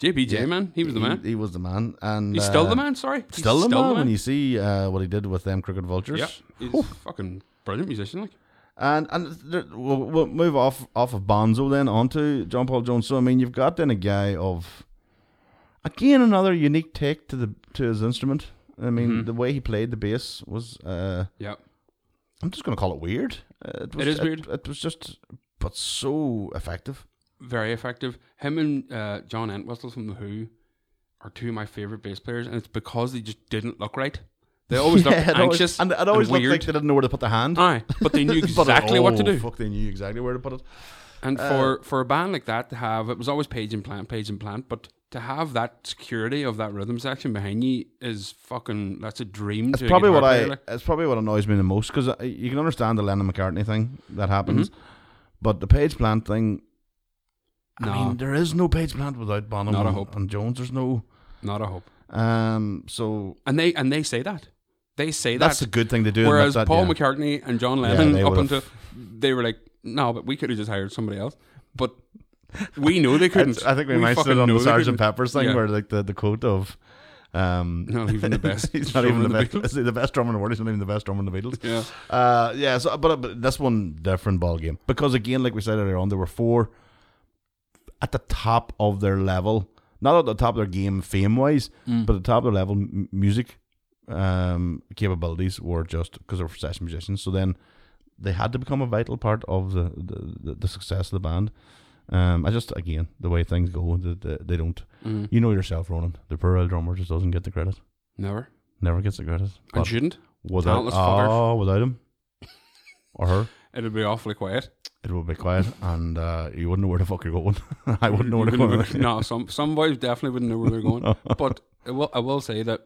[SPEAKER 3] JPJ, man. He was the man.
[SPEAKER 8] He, he was the man, and
[SPEAKER 3] He's still
[SPEAKER 8] uh,
[SPEAKER 3] the man, sorry. He's
[SPEAKER 8] still the man, when you see uh, what he did with them cricket vultures.
[SPEAKER 3] Yeah. He's fucking brilliant musician, like.
[SPEAKER 8] And and there, we'll, we'll move off off of Bonzo then onto John Paul Jones. So I mean, you've got then a guy of again another unique take to the to his instrument. I mean,
[SPEAKER 3] Mm-hmm.
[SPEAKER 8] the way he played the bass was uh,
[SPEAKER 3] Yeah.
[SPEAKER 8] I'm just going to call it weird. Uh, was,
[SPEAKER 3] It is weird.
[SPEAKER 8] It, was just, but so effective.
[SPEAKER 3] Very effective. Him and uh, John Entwistle from The Who are two of my favorite bass players, and it's because they just didn't look right. They
[SPEAKER 8] <laughs>
[SPEAKER 3] always
[SPEAKER 8] Yeah,
[SPEAKER 3] looked
[SPEAKER 8] it always-
[SPEAKER 3] anxious
[SPEAKER 8] and it always
[SPEAKER 3] and
[SPEAKER 8] looked
[SPEAKER 3] weird.
[SPEAKER 8] like they didn't know where to put the hand.
[SPEAKER 3] Aye, but
[SPEAKER 8] <laughs>
[SPEAKER 3] they knew
[SPEAKER 8] But,
[SPEAKER 3] exactly what to
[SPEAKER 8] oh,
[SPEAKER 3] do.
[SPEAKER 8] Fuck, Uh, they knew exactly where to put it.
[SPEAKER 3] And for for a band like that to have it was always page and plant, page and plant, but to have that security of that rhythm section behind you is fucking that's a dream.
[SPEAKER 8] It's
[SPEAKER 3] to a
[SPEAKER 8] probably
[SPEAKER 3] guitar
[SPEAKER 8] what I.
[SPEAKER 3] player, like.
[SPEAKER 8] It's probably what annoys me the most because you can understand the Lennon McCartney thing that happens,
[SPEAKER 3] Mm-hmm.
[SPEAKER 8] but the Page Plant thing. I
[SPEAKER 3] No.
[SPEAKER 8] mean, there is no Page Plant without Bonham
[SPEAKER 3] Not a
[SPEAKER 8] and,
[SPEAKER 3] hope.
[SPEAKER 8] and Jones. There's no.
[SPEAKER 3] not a hope.
[SPEAKER 8] Um. So
[SPEAKER 3] And they and they say that they say
[SPEAKER 8] that's
[SPEAKER 3] that.
[SPEAKER 8] the good thing to do.
[SPEAKER 3] Whereas
[SPEAKER 8] admit that,
[SPEAKER 3] Paul
[SPEAKER 8] yeah.
[SPEAKER 3] McCartney and John Lennon
[SPEAKER 8] they
[SPEAKER 3] up
[SPEAKER 8] would've-
[SPEAKER 3] until they were like, no, but we could have just hired somebody else. But we know they couldn't.
[SPEAKER 8] <laughs> I think we, mentioned
[SPEAKER 3] fucking
[SPEAKER 8] it on
[SPEAKER 3] know
[SPEAKER 8] the
[SPEAKER 3] they
[SPEAKER 8] Sergeant
[SPEAKER 3] couldn't.
[SPEAKER 8] Pepper's thing
[SPEAKER 3] Yeah.
[SPEAKER 8] where like the, the quote of. Um,
[SPEAKER 3] Not
[SPEAKER 8] <laughs>
[SPEAKER 3] even the best
[SPEAKER 8] he's not even
[SPEAKER 3] drummer
[SPEAKER 8] the
[SPEAKER 3] in
[SPEAKER 8] best.
[SPEAKER 3] the Beatles.
[SPEAKER 8] Is he the best drummer in the world? He's not even the best drummer in the Beatles.
[SPEAKER 3] Yeah.
[SPEAKER 8] Uh, yeah. So, but, but that's one different ball game because again, like we said earlier on, there were four at the top of their level, not at the top of their game fame wise,
[SPEAKER 3] Mm.
[SPEAKER 8] but at the top of their level m- music um, capabilities were just because they were session musicians. So then they had to become a vital part of the the, the, the success of the band. Um, I just again the way things go, the, the, they don't.
[SPEAKER 3] Mm-hmm.
[SPEAKER 8] You know yourself, Ronan. The poor old drummer just doesn't get the credit.
[SPEAKER 3] Never
[SPEAKER 8] Never gets the credit.
[SPEAKER 3] and
[SPEAKER 8] But
[SPEAKER 3] shouldn't.
[SPEAKER 8] without
[SPEAKER 3] talentless fucker.
[SPEAKER 8] oh, without
[SPEAKER 3] <laughs>
[SPEAKER 8] him or her,
[SPEAKER 3] It'll be
[SPEAKER 8] <laughs>
[SPEAKER 3] awfully quiet.
[SPEAKER 8] it would be quiet, and uh, you wouldn't know where the fuck you're going. <laughs> I wouldn't know
[SPEAKER 3] You
[SPEAKER 8] where to
[SPEAKER 3] wouldn't
[SPEAKER 8] go.
[SPEAKER 3] have- no, some some boys definitely wouldn't know where
[SPEAKER 8] <laughs>
[SPEAKER 3] they're going. But I will, I will say that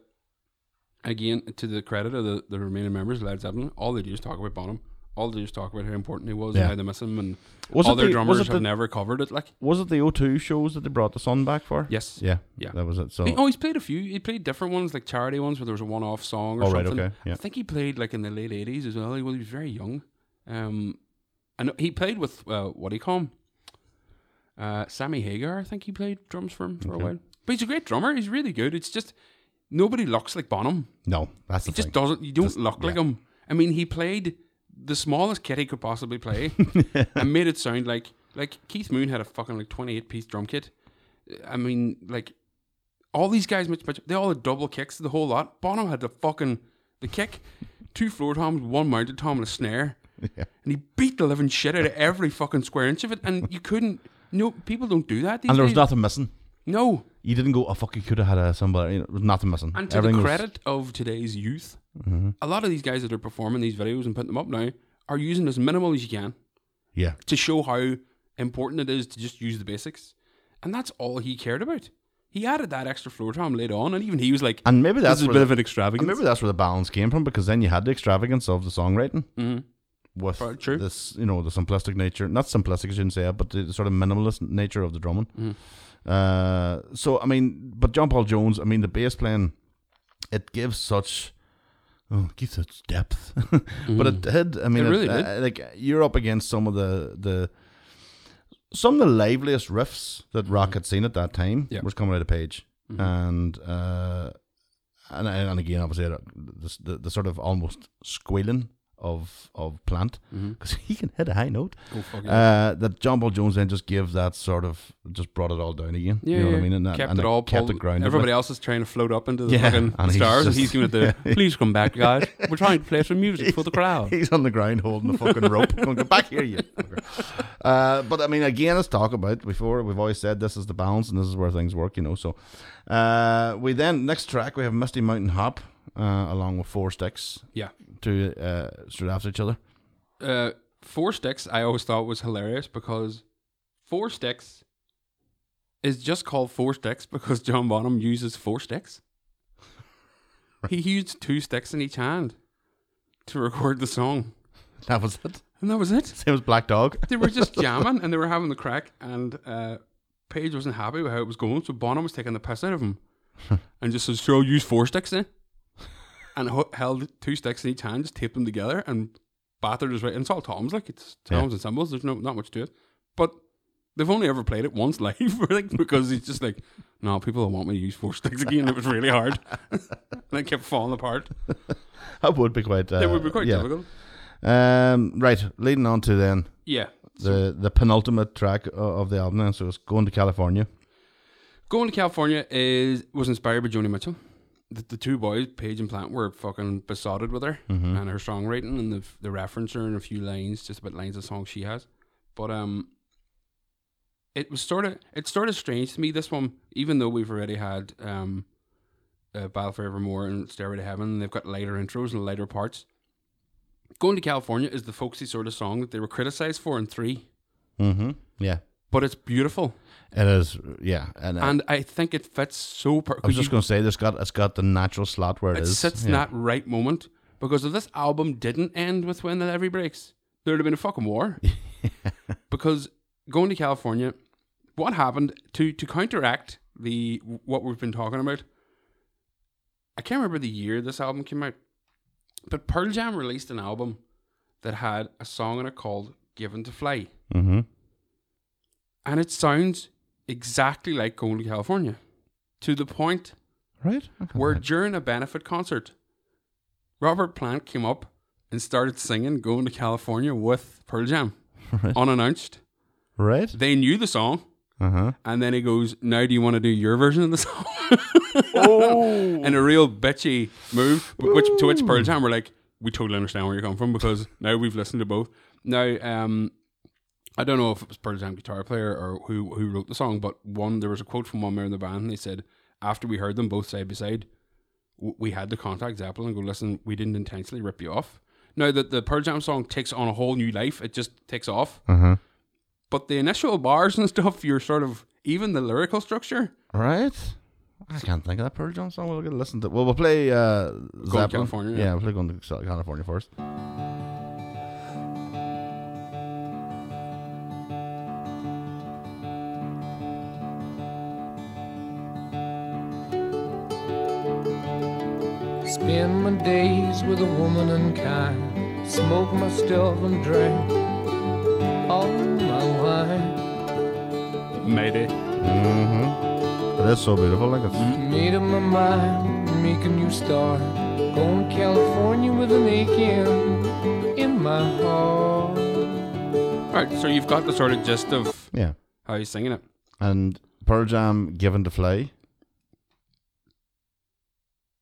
[SPEAKER 3] again, to the credit of the, the remaining members of Led Zeppelin, all they do is talk about Bonham. All they do is talk about how important he was
[SPEAKER 8] Yeah.
[SPEAKER 3] and how they miss him, and
[SPEAKER 8] Was
[SPEAKER 3] all
[SPEAKER 8] it
[SPEAKER 3] their
[SPEAKER 8] the-
[SPEAKER 3] drummers
[SPEAKER 8] was it
[SPEAKER 3] have
[SPEAKER 8] the-
[SPEAKER 3] never covered it. Like,
[SPEAKER 8] Was it the O2 shows that they brought the sun back for?
[SPEAKER 3] yes,
[SPEAKER 8] Yeah,
[SPEAKER 3] Yeah.
[SPEAKER 8] that was it. So
[SPEAKER 3] He, oh, he's played a few. He played different ones, like charity ones, where there was a one-off song or
[SPEAKER 8] Oh, right,
[SPEAKER 3] something.
[SPEAKER 8] okay, yeah.
[SPEAKER 3] I think he played like in the late '80s as well. He was, he was very young, um, and he played with uh, what do you call him? Uh, Sammy Hagar, I think he played drums for him for a while. But he's a great drummer. He's really good. It's just nobody looks like Bonham.
[SPEAKER 8] no, that's the
[SPEAKER 3] He just
[SPEAKER 8] thing.
[SPEAKER 3] doesn't. You don't
[SPEAKER 8] Just-
[SPEAKER 3] look like
[SPEAKER 8] yeah.
[SPEAKER 3] him. I mean, he played the smallest kit he could
[SPEAKER 8] <laughs>
[SPEAKER 3] possibly play and made it sound like like Keith Moon had a fucking like 28 piece drum kit. I mean, like all these guys, Mitch Mitchell, they all had double kicks, the whole lot. Bonham had the fucking the kick, two floor toms, one mounted tom, and a snare. And he beat the living shit out of every fucking square inch of it. And you couldn't. No, people don't do that. These
[SPEAKER 8] And there was
[SPEAKER 3] days.
[SPEAKER 8] nothing missing.
[SPEAKER 3] No,
[SPEAKER 8] You didn't go, oh fuck, you could have had a somebody. You know, there was nothing missing.
[SPEAKER 3] and to the
[SPEAKER 8] Everything was-
[SPEAKER 3] credit of today's youth,
[SPEAKER 8] Mm-hmm.
[SPEAKER 3] a lot of these guys that are performing these videos and putting them up now are using as minimal as you can
[SPEAKER 8] yeah.
[SPEAKER 3] to show how important it is to just use the basics. And that's all he cared about. He added that extra floor tom later on, and even he was like,
[SPEAKER 8] And maybe that's
[SPEAKER 3] "This is a
[SPEAKER 8] where
[SPEAKER 3] bit
[SPEAKER 8] the-
[SPEAKER 3] of an
[SPEAKER 8] And
[SPEAKER 3] extravagance."
[SPEAKER 8] maybe that's where the balance came from because then you had the extravagance of the songwriting with
[SPEAKER 3] Right, Mm-hmm. true.
[SPEAKER 8] this, you know, the simplistic nature. Not simplistic, I shouldn't say, it, but the sort of minimalist nature of the drumming.
[SPEAKER 3] Mm-hmm.
[SPEAKER 8] Uh, so I mean, but John Paul Jones, I mean, the bass playing, it gives such. Oh, it gives such depth, <laughs> but it did. I mean,
[SPEAKER 3] Mm-hmm. It really
[SPEAKER 8] uh, like you're up against some of the the some of the liveliest riffs that rock had seen at that time
[SPEAKER 3] Mm-hmm. Yeah. Mm-hmm.
[SPEAKER 8] was coming out of Page, and uh, and and again, obviously, the, the the sort of almost squealing of of Plant because <laughs> he can hit a high note.
[SPEAKER 3] Oh, Mm-hmm. fuck yeah.
[SPEAKER 8] Uh, that John Paul Jones then just gave that sort of just brought it all down again.
[SPEAKER 3] yeah,
[SPEAKER 8] you know
[SPEAKER 3] yeah.
[SPEAKER 8] what I mean? And that,
[SPEAKER 3] kept
[SPEAKER 8] and
[SPEAKER 3] it all
[SPEAKER 8] kept
[SPEAKER 3] pulled.
[SPEAKER 8] it grounded.
[SPEAKER 3] Everybody
[SPEAKER 8] <laughs> like-
[SPEAKER 3] else is trying to float up into the
[SPEAKER 8] Yeah,
[SPEAKER 3] fucking
[SPEAKER 8] and he's
[SPEAKER 3] stars, and
[SPEAKER 8] just-
[SPEAKER 3] he's giving it
[SPEAKER 8] <laughs>
[SPEAKER 3] the "Please come back, guys. We're trying to play some music for the crowd."
[SPEAKER 8] He's on the ground holding the fucking rope. <laughs> Going, get back here, you. fucker."
[SPEAKER 3] <laughs>
[SPEAKER 8] Uh, but I mean, again, let's talk about before we've always said this is the balance and this is where things work, you know. So uh, we then next track we have Misty Mountain Hop uh, along with Four Sticks,
[SPEAKER 3] Yeah,
[SPEAKER 8] two uh, straight after each other.
[SPEAKER 3] uh, four sticks. I always thought was hilarious because four sticks is just called four sticks because John Bonham uses four sticks. He used two sticks in each hand to record the song,
[SPEAKER 8] That was it. <laughs>
[SPEAKER 3] and that was it.
[SPEAKER 8] Same as Black Dog.
[SPEAKER 3] they were just jamming and they were having the crack and uh Paige wasn't happy with how it was going, so Bonham was taking the piss out
[SPEAKER 8] <laughs>
[SPEAKER 3] of him and just says, Sure, use four sticks then. And ho- held two sticks in each hand, just taped them together and battered his way. And it's all toms, like it's toms and cymbals, there's no not much to it. But they've only ever played it once <laughs> live, like, because he's just like, No, people don't want me to use four sticks again. It was really hard. <laughs> and it kept falling apart.
[SPEAKER 8] <laughs> That would be quite. Uh,
[SPEAKER 3] it would be quite
[SPEAKER 8] yeah.
[SPEAKER 3] difficult.
[SPEAKER 8] Um, right, leading on to then
[SPEAKER 3] Yeah.
[SPEAKER 8] the the penultimate track o- of the album. Then, so it's going to California.
[SPEAKER 3] Going to California is was inspired by Joni Mitchell. The, the two boys, Paige and Plant, were fucking besotted with her
[SPEAKER 8] Mm-hmm.
[SPEAKER 3] and her songwriting and the the referencer and a few lines, just about lines of songs she has. But um, it was sort of it's sort of strange to me this one, even though we've already had um, uh, Battle for Evermore and Stairway to Heaven, and they've got lighter intros and lighter parts. Going to California is the folksy sort of song that they were criticized for in three,
[SPEAKER 8] Mm-hmm. Yeah,
[SPEAKER 3] but it's beautiful
[SPEAKER 8] it is. Yeah, and, uh,
[SPEAKER 3] and I think it fits so. Per-
[SPEAKER 8] I was just going to say, there's got it's got the natural slot where it
[SPEAKER 3] it
[SPEAKER 8] is.
[SPEAKER 3] sits in
[SPEAKER 8] yeah.
[SPEAKER 3] that right moment because if this album didn't end with when the levee breaks there'd have been a fucking war
[SPEAKER 8] <laughs>
[SPEAKER 3] because going to california what happened to to counteract the what we've been talking about i can't remember the year this album came out but pearl jam released an album that had a song in it called given to fly
[SPEAKER 8] Mm-hmm.
[SPEAKER 3] and it sounds exactly like going to california to the point
[SPEAKER 8] Right. Okay.
[SPEAKER 3] where during a benefit concert, Robert Plant came up and started singing Going to California with Pearl Jam
[SPEAKER 8] Right.
[SPEAKER 3] unannounced.
[SPEAKER 8] Right.
[SPEAKER 3] They knew the song,
[SPEAKER 8] Uh huh.
[SPEAKER 3] and then he goes, Now do you want to do your version of the <laughs> song? oh! And a real bitchy move, w- which, to which Pearl Jam were like, We totally understand where you come from because now we've listened to both. Now, um, I don't know if it was Pearl Jam guitar player or who who wrote the song, but one there was a quote from one member in the band. And they said after we heard them both side by side, w- we had to contact Zeppelin and go, listen, we didn't intentionally rip you off. Now that the Pearl Jam song takes on a whole new life, it just takes off.
[SPEAKER 8] Uh-huh.
[SPEAKER 3] But the initial bars and <laughs> stuff, you're sort of even the lyrical structure.
[SPEAKER 8] Right. I can't think of that Pearl Jam song. We'll get to listen to. Well, we'll play uh, Go
[SPEAKER 3] to California,
[SPEAKER 8] Yeah,
[SPEAKER 3] yeah.
[SPEAKER 8] we'll play going to Cal- California first.
[SPEAKER 7] Spend my days with a woman unkind. Smoke my stuff and drink all my wine.
[SPEAKER 3] Mayday.
[SPEAKER 8] Mm-hmm. It is so beautiful. Like it's
[SPEAKER 7] Made up my mind, make a new start. Going to California with an aching in my heart.
[SPEAKER 3] All right, so you've got the sort of gist of
[SPEAKER 8] Yeah.
[SPEAKER 3] how he's singing it.
[SPEAKER 8] And Pearl Jam, Given to Fly.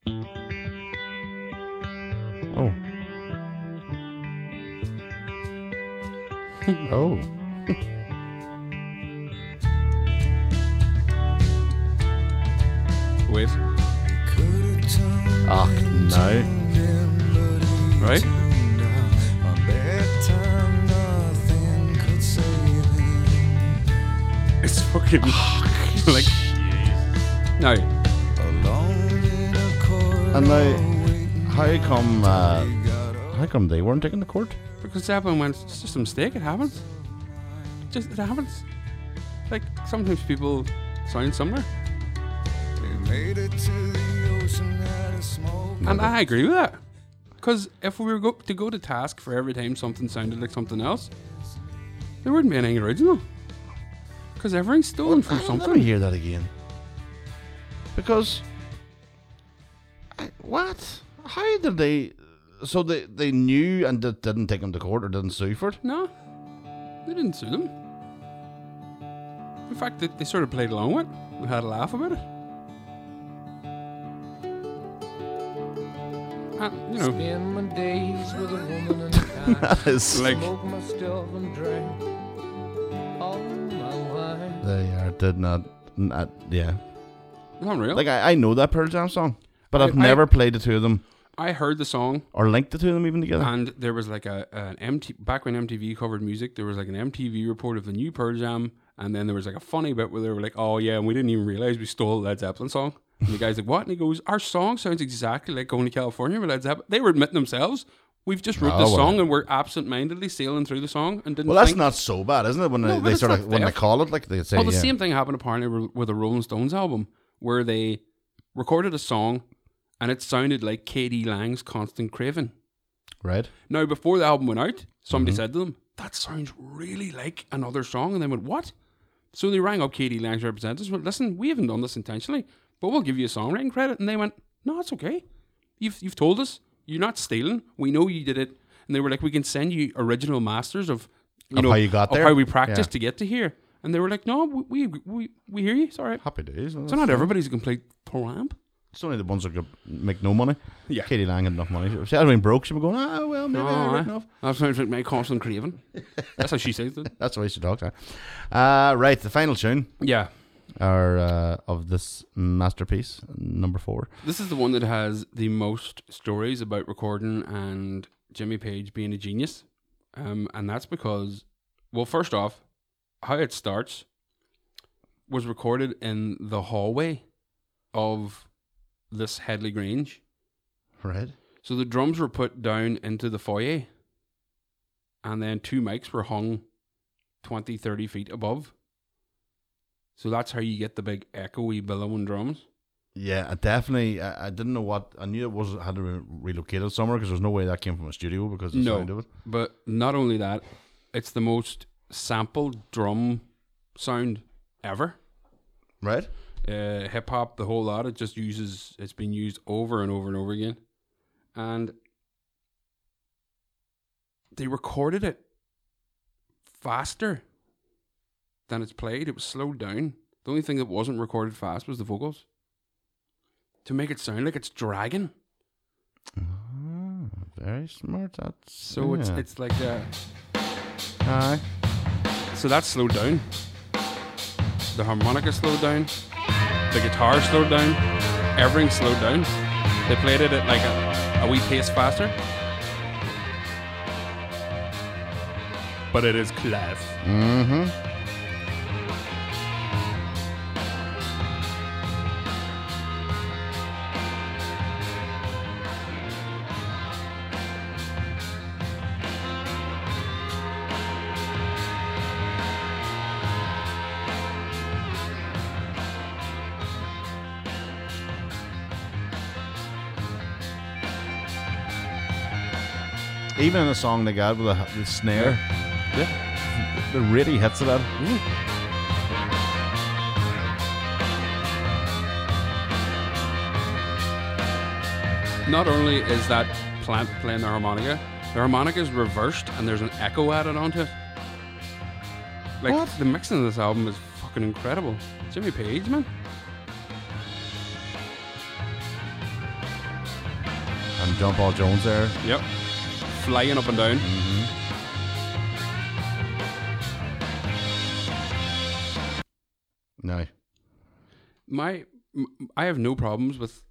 [SPEAKER 8] <laughs> Oh. oh.
[SPEAKER 3] Wave,
[SPEAKER 8] Ah, no.
[SPEAKER 3] right? It's fucking <laughs> like. No,
[SPEAKER 8] And now, how come, uh, how come they weren't taking the court?
[SPEAKER 3] because Zeppelin went. It's just a mistake. It happens. Just it happens. Like sometimes people sound similar, and I agree with that. Because if we were go- to go to task for every time something sounded like something else, there wouldn't be anything original. Because everything's stolen from
[SPEAKER 8] Oh, Let me
[SPEAKER 3] something.
[SPEAKER 8] hear that again. Because I, what? How did they? So they they knew and di- didn't take him to court or didn't sue for it. <laughs>
[SPEAKER 3] No, they didn't sue them. In fact, they, they sort of played along with it. We had a laugh about it. And, Uh, you know,
[SPEAKER 7] Spend my days with a woman in
[SPEAKER 8] <laughs>
[SPEAKER 7] kind.
[SPEAKER 8] It's
[SPEAKER 3] like
[SPEAKER 7] Smoke my stuff and drink all my wine.
[SPEAKER 8] they are, did not, not. Yeah,
[SPEAKER 3] unreal.
[SPEAKER 8] like
[SPEAKER 3] Like
[SPEAKER 8] I, I know that Pearl Jam song, but I, have
[SPEAKER 3] I-
[SPEAKER 8] never played the two of them
[SPEAKER 3] I heard the song,
[SPEAKER 8] or linked the two of them even together.
[SPEAKER 3] and there was like a an MT back when MTV covered music. There was like an MTV report of the new Pearl Jam, and then there was like a funny bit where they were like, "Oh yeah," and we didn't even realize we stole Led Zeppelin song. And the guy's like, "What?" And he goes, "Our song sounds exactly like Going to California with Led Zeppelin." They were admitting themselves. We've just wrote
[SPEAKER 8] Oh,
[SPEAKER 3] this
[SPEAKER 8] well.
[SPEAKER 3] song and we're absent-mindedly sailing through the song and didn't.
[SPEAKER 8] well, that's
[SPEAKER 3] think-
[SPEAKER 8] not so bad, isn't it? When
[SPEAKER 3] No,
[SPEAKER 8] they,
[SPEAKER 3] but
[SPEAKER 8] they
[SPEAKER 3] it's
[SPEAKER 8] sort of
[SPEAKER 3] not
[SPEAKER 8] when they
[SPEAKER 3] theft.
[SPEAKER 8] call it like they say,
[SPEAKER 3] Well, the
[SPEAKER 8] yeah.
[SPEAKER 3] same thing happened apparently with- with the Rolling Stones album, where they recorded a song and it sounded like Katie Lang's Constant Craving.
[SPEAKER 8] right?
[SPEAKER 3] Now, before the album went out, somebody
[SPEAKER 8] Mm-hmm.
[SPEAKER 3] said to them, That sounds really like another song. And they went, What? So they rang up Katie Lang's representatives and went, Listen, we haven't done this intentionally, but we'll give you a songwriting credit. And they went, No, it's okay. You've, you've told us. You're not stealing. We know you did it. And they were like, We can send you original masters of, you
[SPEAKER 8] Of
[SPEAKER 3] know,
[SPEAKER 8] how you got
[SPEAKER 3] of
[SPEAKER 8] there?
[SPEAKER 3] how we
[SPEAKER 8] Yeah.
[SPEAKER 3] practiced to get to here. And they were like, No, we, we, we, we hear you. It's all right.
[SPEAKER 8] Happy days. Well,
[SPEAKER 3] So not everybody's a complete paramp.
[SPEAKER 8] It's only the ones that could make no money.
[SPEAKER 3] Yeah.
[SPEAKER 8] Katie Lang had enough money. If she had been broke, she'd be going, ah, well, maybe I had enough.
[SPEAKER 3] that sounds like my constant craving. That's how she
[SPEAKER 8] <laughs>
[SPEAKER 3] says it.
[SPEAKER 8] That's the way she talks. Huh? Uh, right, the final tune
[SPEAKER 3] Yeah.
[SPEAKER 8] are, uh, of this masterpiece, number four.
[SPEAKER 3] This is the one that has the most stories about recording and Jimmy Page being a genius. Um, and that's because, well, first off, how it starts was recorded in the hallway of this Headley Grange.
[SPEAKER 8] Right.
[SPEAKER 3] So the drums were put down into the foyer, and then two mics were hung 20, 30 feet above. So that's how you get the big echoey, billowing drums.
[SPEAKER 8] Yeah, I definitely. I, I didn't know what. I knew it was had to be relocated somewhere because there's no way that came from a studio because of the
[SPEAKER 3] No.
[SPEAKER 8] sound of it.
[SPEAKER 3] But not only that, it's the most sampled drum sound ever.
[SPEAKER 8] Right.
[SPEAKER 3] Uh, Hip hop, the whole lot. It just uses. It's been used over and over and over again, and they recorded it faster than it's played. It was slowed down. The only thing that wasn't recorded fast was the vocals. To make it sound like it's dragging.
[SPEAKER 8] Ah, very smart. That's
[SPEAKER 3] So it's
[SPEAKER 8] yeah.
[SPEAKER 3] it's like a
[SPEAKER 8] Aye.
[SPEAKER 3] So that's slowed down. The harmonica slowed down. The guitar slowed down. Everything slowed down. They played it at like a, a wee pace faster. But it is class.
[SPEAKER 8] Mm-hmm. Even in a song they got with a, the snare.
[SPEAKER 3] Yeah.
[SPEAKER 8] The really hits it up.
[SPEAKER 3] Not only is that plant playing the harmonica, the harmonica is reversed and there's an echo added onto it. Like
[SPEAKER 8] What?
[SPEAKER 3] the mixing of this album is fucking incredible. Jimmy Page, man.
[SPEAKER 8] And John Paul Jones there.
[SPEAKER 3] Yep. Flying up and down.
[SPEAKER 8] No.
[SPEAKER 3] my m- I have no problems with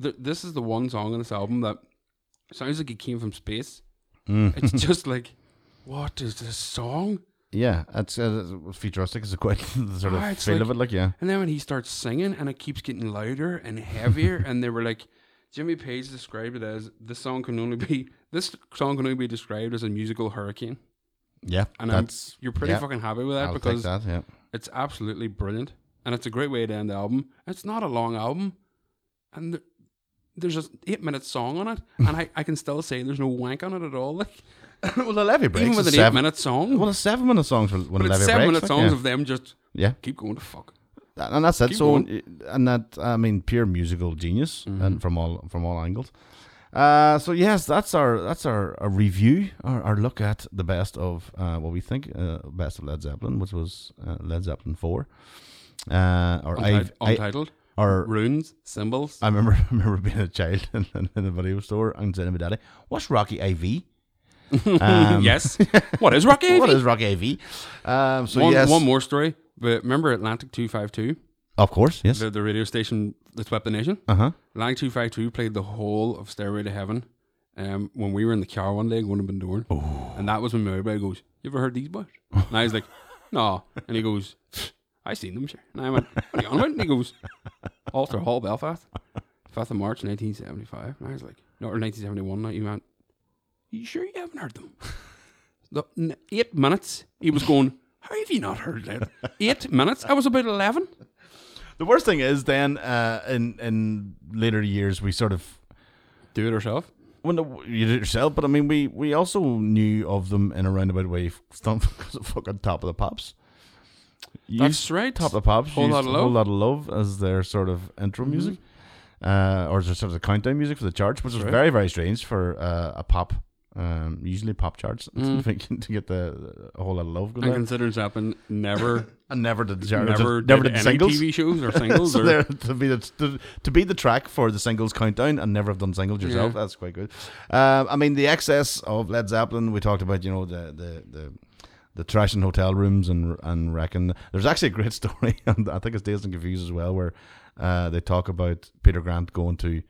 [SPEAKER 3] th- this is the one song on this album that sounds like it came from space.
[SPEAKER 8] Hmm. <laughs>
[SPEAKER 3] It's just like what is this song?
[SPEAKER 8] Yeah, it's, uh, it's futuristic. It's a quite <laughs> the sort of
[SPEAKER 3] Ah, it's
[SPEAKER 8] feel
[SPEAKER 3] like-
[SPEAKER 8] of it. Like, yeah.
[SPEAKER 3] And then when he starts singing and it keeps getting louder and
[SPEAKER 8] <laughs>
[SPEAKER 3] heavier and they were like Jimmy Page described it as this song can only be <laughs> this song can only be described as a musical hurricane.
[SPEAKER 8] Yeah.
[SPEAKER 3] And I'm,
[SPEAKER 8] that's,
[SPEAKER 3] you're pretty
[SPEAKER 8] yeah,
[SPEAKER 3] fucking happy with that
[SPEAKER 8] I'll take
[SPEAKER 3] because
[SPEAKER 8] that,
[SPEAKER 3] <coughs>
[SPEAKER 8] yeah.
[SPEAKER 3] it's absolutely brilliant and it's a great way to end the album it's not a long album and th- there's just eight minute song
[SPEAKER 8] <laughs>
[SPEAKER 3] on it and I, I can still say there's no wank on it at all like
[SPEAKER 8] well, the levy breaks.
[SPEAKER 3] even with
[SPEAKER 8] is
[SPEAKER 3] an eight
[SPEAKER 8] seven,
[SPEAKER 3] minute song
[SPEAKER 8] Well, it's seven minute songs for
[SPEAKER 3] but
[SPEAKER 8] when the
[SPEAKER 3] it's
[SPEAKER 8] levy
[SPEAKER 3] seven
[SPEAKER 8] breaks.
[SPEAKER 3] minute
[SPEAKER 8] like,
[SPEAKER 3] songs
[SPEAKER 8] yeah.
[SPEAKER 3] of them just
[SPEAKER 8] yeah.
[SPEAKER 3] keep going to fuck
[SPEAKER 8] and that's it.
[SPEAKER 3] Keep
[SPEAKER 8] So, and that I mean, pure musical genius,
[SPEAKER 3] Mm-hmm.
[SPEAKER 8] and from all from all angles. Uh, so yes, that's our that's our, our review, our, our look at the best of uh, what we think uh, best of Led Zeppelin, which was uh, Led Zeppelin four, uh, or
[SPEAKER 3] Untit-
[SPEAKER 8] I've, I,
[SPEAKER 3] untitled
[SPEAKER 8] or
[SPEAKER 3] runes symbols
[SPEAKER 8] I remember <laughs> I remember being a child in, in, in a video store and saying to my daddy, "What's Rocky
[SPEAKER 3] <laughs>
[SPEAKER 8] IV? Um, <laughs>
[SPEAKER 3] yes what is rocky
[SPEAKER 8] What is Rocky IV?" Um, so
[SPEAKER 3] one,
[SPEAKER 8] yes,
[SPEAKER 3] one more story but remember atlantic 252
[SPEAKER 8] of course, yes,
[SPEAKER 3] the, the radio station that swept the nation
[SPEAKER 8] uh huh,
[SPEAKER 3] Lang 252 played the whole of Stairway to Heaven um, when we were in the car one day going to Bundoran. And that was when everybody goes, You ever heard these <laughs> boys? And I was like, No. And he goes, I seen them, sure. And I went, What are you on about? And he goes, Alter Hall, Belfast, 5th of March 1975. And I was like, No, or 1971. Like, you went, You sure you haven't heard them? the, n- eight minutes, he was going, How have you not heard that? Eight minutes? I was about 11.
[SPEAKER 8] The worst thing is then uh, in in later years we sort of
[SPEAKER 3] Do it yourself.
[SPEAKER 8] well, no, you did it yourself, but I mean we we also knew of them in a roundabout way f- <laughs> stuff because of fucking top of the pops.
[SPEAKER 3] That's right.
[SPEAKER 8] Top of the pops.
[SPEAKER 3] Whole
[SPEAKER 8] used
[SPEAKER 3] Lotta
[SPEAKER 8] Whole
[SPEAKER 3] Love. Mm-hmm.
[SPEAKER 8] lot of love as their sort of intro music, uh, or as their sort of countdown music for the charts, which is
[SPEAKER 3] right.
[SPEAKER 8] very very strange for uh, a pop. Um, usually pop charts <laughs>
[SPEAKER 3] Mm.
[SPEAKER 8] to get the a whole lot of love going.
[SPEAKER 3] And
[SPEAKER 8] there.
[SPEAKER 3] considering Zeppelin
[SPEAKER 8] <laughs>
[SPEAKER 3] never
[SPEAKER 8] And never did the chart-
[SPEAKER 3] never,
[SPEAKER 8] never did,
[SPEAKER 3] did, any
[SPEAKER 8] singles.
[SPEAKER 3] TV
[SPEAKER 8] <laughs>
[SPEAKER 3] shows or singles.
[SPEAKER 8] so
[SPEAKER 3] or,
[SPEAKER 8] there to be the to, to be the track for the singles countdown and never have done singles yourself.
[SPEAKER 3] Yeah.
[SPEAKER 8] That's quite good. Um, I mean, the excess of Led Zeppelin. We talked about you know the the the. The trash in hotel rooms and and wrecking. There's actually a great <laughs> story, and I think it's Days and Confused as well, where uh, they talk about Peter Grant going to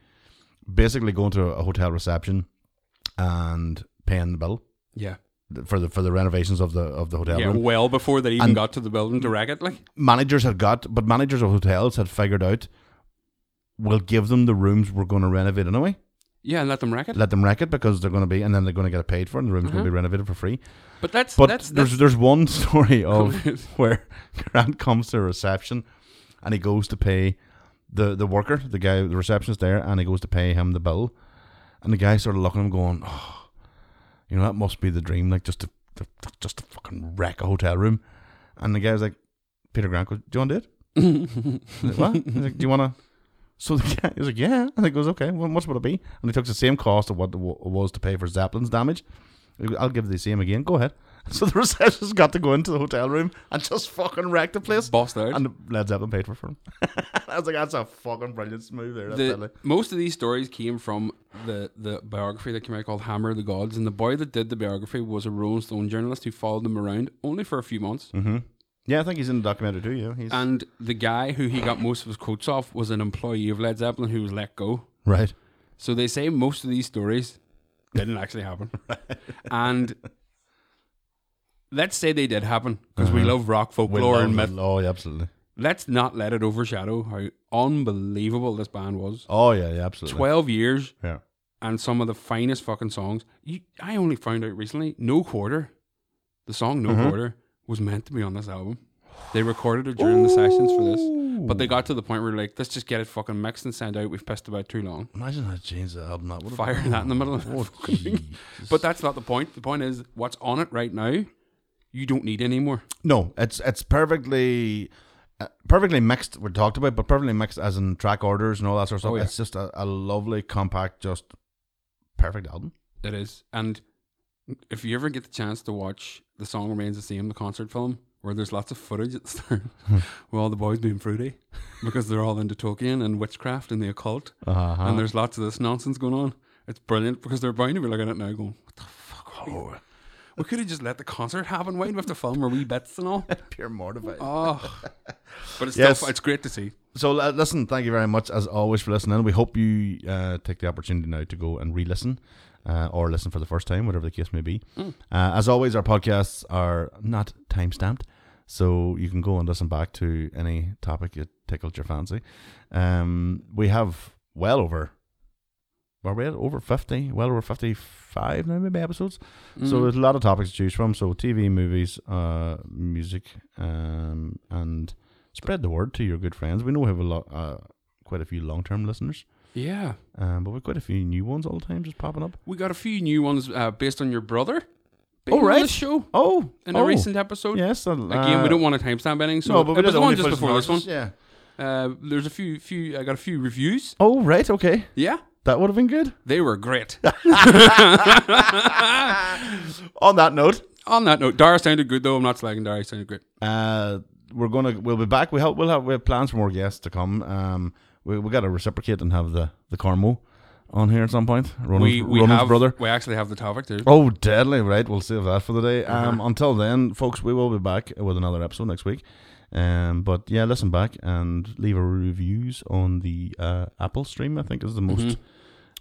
[SPEAKER 8] basically going to a hotel reception and paying the bill
[SPEAKER 3] yeah,
[SPEAKER 8] for the for the renovations of the of the hotel
[SPEAKER 3] yeah.
[SPEAKER 8] room
[SPEAKER 3] Well before they even
[SPEAKER 8] And-
[SPEAKER 3] got to the building to wreck it, like
[SPEAKER 8] managers had got, but managers of hotels had figured out, we'll give them the rooms we're going to renovate anyway.
[SPEAKER 3] yeah, and let them wreck it.
[SPEAKER 8] Let them wreck it because they're going to be, and then they're going to get it paid for, and the room's going to be renovated for free.
[SPEAKER 3] but that's
[SPEAKER 8] But
[SPEAKER 3] Uh-huh. that's,
[SPEAKER 8] there's
[SPEAKER 3] that's
[SPEAKER 8] there's one <laughs> story
[SPEAKER 3] <laughs>
[SPEAKER 8] of
[SPEAKER 3] Come
[SPEAKER 8] where <laughs> Grant comes to a reception, and he goes to pay the the worker, the guy, the receptionist there, and he goes to pay him the bill, and the guy started looking at him going, oh, you know that must be the dream, like just to, to just to fucking wreck a hotel room, and the guy was like, Peter Grant goes, do you want to do it? He's like, what? He's like, do you want to? So the guy he's like, yeah. And he goes, okay, well, what would it be? And he took the same cost of what it wa- was to pay for Zeppelin's damage. He goes, I'll give the same again. Go ahead. <laughs> So the receptionist got to go into the hotel room and just fucking wreck the place.
[SPEAKER 3] bossed out.
[SPEAKER 8] And Led Zeppelin paid for
[SPEAKER 3] <laughs>
[SPEAKER 8] it for him. I was like, that's a fucking brilliant move <laughs> there. That's
[SPEAKER 3] the,
[SPEAKER 8] deadly.
[SPEAKER 3] most of these stories came from the, the biography that came out called Hammer of the Gods, and the boy that did the biography was a Rolling Stone journalist who followed them around only for a few months.
[SPEAKER 8] Mm. Yeah, I think he's in the documentary too. Yeah, he's
[SPEAKER 3] And the guy who he got most of his quotes off was an employee of Led Zeppelin who was let go.
[SPEAKER 8] right.
[SPEAKER 3] So they say most of these stories didn't actually
[SPEAKER 8] <laughs>
[SPEAKER 3] happen. and let's say they did happen because we love rock
[SPEAKER 8] Uh-huh. We
[SPEAKER 3] folklore and
[SPEAKER 8] love
[SPEAKER 3] myth.
[SPEAKER 8] it. Oh, yeah, absolutely.
[SPEAKER 3] Let's not let it overshadow how unbelievable this band was.
[SPEAKER 8] Oh, yeah, yeah, absolutely.
[SPEAKER 3] 12 years
[SPEAKER 8] Yeah.
[SPEAKER 3] and some of the finest fucking songs. You, I only found out recently No Quarter, the song No
[SPEAKER 8] Uh-huh.
[SPEAKER 3] Quarter, was meant to be on this album. They recorded it during the sessions for this, but they got to the point where like, let's just get it fucking mixed and sent out. We've pissed about too long.
[SPEAKER 8] Imagine how changed the album that would have
[SPEAKER 3] Fire that in the middle of
[SPEAKER 8] Oh,
[SPEAKER 3] fucking thing.
[SPEAKER 8] Jesus.
[SPEAKER 3] But that's not the point. The point is what's on it right now, you don't need anymore.
[SPEAKER 8] No, it's it's perfectly uh, perfectly mixed. We talked about, but perfectly mixed as in track orders and all that sort of stuff.
[SPEAKER 3] Oh, yeah.
[SPEAKER 8] It's just a, a lovely, compact, just perfect
[SPEAKER 3] <laughs>
[SPEAKER 8] album.
[SPEAKER 3] It is. And if you ever get the chance to watch The Song Remains the Same, the concert film, where there's lots of footage at
[SPEAKER 8] <laughs>
[SPEAKER 3] the start with all the boys being fruity because they're all into Tolkien and witchcraft and the occult.
[SPEAKER 8] Uh-huh.
[SPEAKER 3] And there's lots of this nonsense going on. It's brilliant because they're bound to be looking at it now going, what the
[SPEAKER 8] Oh."
[SPEAKER 3] fuck? are you- We could have just let the concert happen. Why do we have to film our wee bits and all?
[SPEAKER 8] Pure mortified.
[SPEAKER 3] Oh, but it's
[SPEAKER 8] Yes.
[SPEAKER 3] still, it's great to see.
[SPEAKER 8] So uh, listen, thank you very much as always for listening. We hope you uh, take the opportunity now to go and re-listen uh, or listen for the first time, whatever the case may be. Uh, as always, our podcasts are not time stamped, so you can go and listen back to any topic that tickled your fancy. Um, we have well over, are we at over fifty? Well over fifty-five now, maybe episodes.
[SPEAKER 3] Mm.
[SPEAKER 8] So there's a lot of topics to choose from. So TV, movies, uh, music, um, and spread the word to your good friends. We know we have a lot, uh, quite a few long-term listeners,
[SPEAKER 3] Yeah.
[SPEAKER 8] um, but we've quite a few new ones all the time just popping up.
[SPEAKER 3] We got a few new ones uh, based on your brother.
[SPEAKER 8] Oh,
[SPEAKER 3] being on
[SPEAKER 8] right.
[SPEAKER 3] the show
[SPEAKER 8] Oh,
[SPEAKER 3] in
[SPEAKER 8] oh,
[SPEAKER 3] a recent episode.
[SPEAKER 8] yes. uh,
[SPEAKER 3] Again, we don't want to timestamp anything, so
[SPEAKER 8] No, but we
[SPEAKER 3] it was
[SPEAKER 8] did
[SPEAKER 3] the
[SPEAKER 8] only
[SPEAKER 3] one just
[SPEAKER 8] first
[SPEAKER 3] before this one.
[SPEAKER 8] analysis, Yeah.
[SPEAKER 3] Uh, there's a few, few. I got a few reviews.
[SPEAKER 8] Oh right, okay.
[SPEAKER 3] Yeah,
[SPEAKER 8] That would have been good.
[SPEAKER 3] they
[SPEAKER 8] <laughs>
[SPEAKER 3] were great.
[SPEAKER 8] On that note,
[SPEAKER 3] On that note, Dara sounded good though. I'm not slagging Dara. He sounded great.
[SPEAKER 8] uh, we're gonna we'll be back. We have we'll have we have plans for more guests to come. Um, we we got to reciprocate and have the the Carmo on here at some point. Ronan's,
[SPEAKER 3] we we
[SPEAKER 8] Ronan's
[SPEAKER 3] have
[SPEAKER 8] brother.
[SPEAKER 3] We actually have the topic too.
[SPEAKER 8] Oh, deadly, right? We'll save that for the day.
[SPEAKER 3] Uh-huh.
[SPEAKER 8] Um, until then, folks, we will be back with another episode next week. Um, but yeah, listen back and leave our reviews on the uh, Apple stream. I think is the most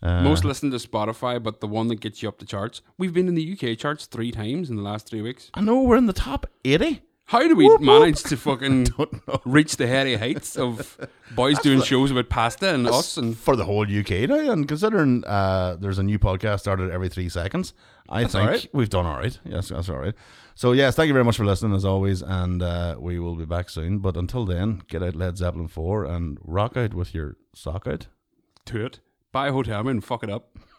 [SPEAKER 3] Mm-hmm.
[SPEAKER 8] uh,
[SPEAKER 3] Most listen to Spotify, but the one that gets you up the charts. We've been in the UK charts three times in the last three weeks.
[SPEAKER 8] I know we're in the top eighty.
[SPEAKER 3] How do we
[SPEAKER 8] Whoop, whoop.
[SPEAKER 3] manage to fucking
[SPEAKER 8] <laughs> Don't know.
[SPEAKER 3] reach the hairy heights of boys doing shows about pasta and us and
[SPEAKER 8] for the whole UK now, and considering uh, there's a new podcast started every three seconds, I think
[SPEAKER 3] alright.
[SPEAKER 8] we've done all right. Yes, that's all right. So, yes, thank you very much for listening as always, and uh, we will be back soon. But until then, get out Led Zeppelin 4 and rock out with your sock out.
[SPEAKER 3] to it? Buy a hotel room and fuck it up.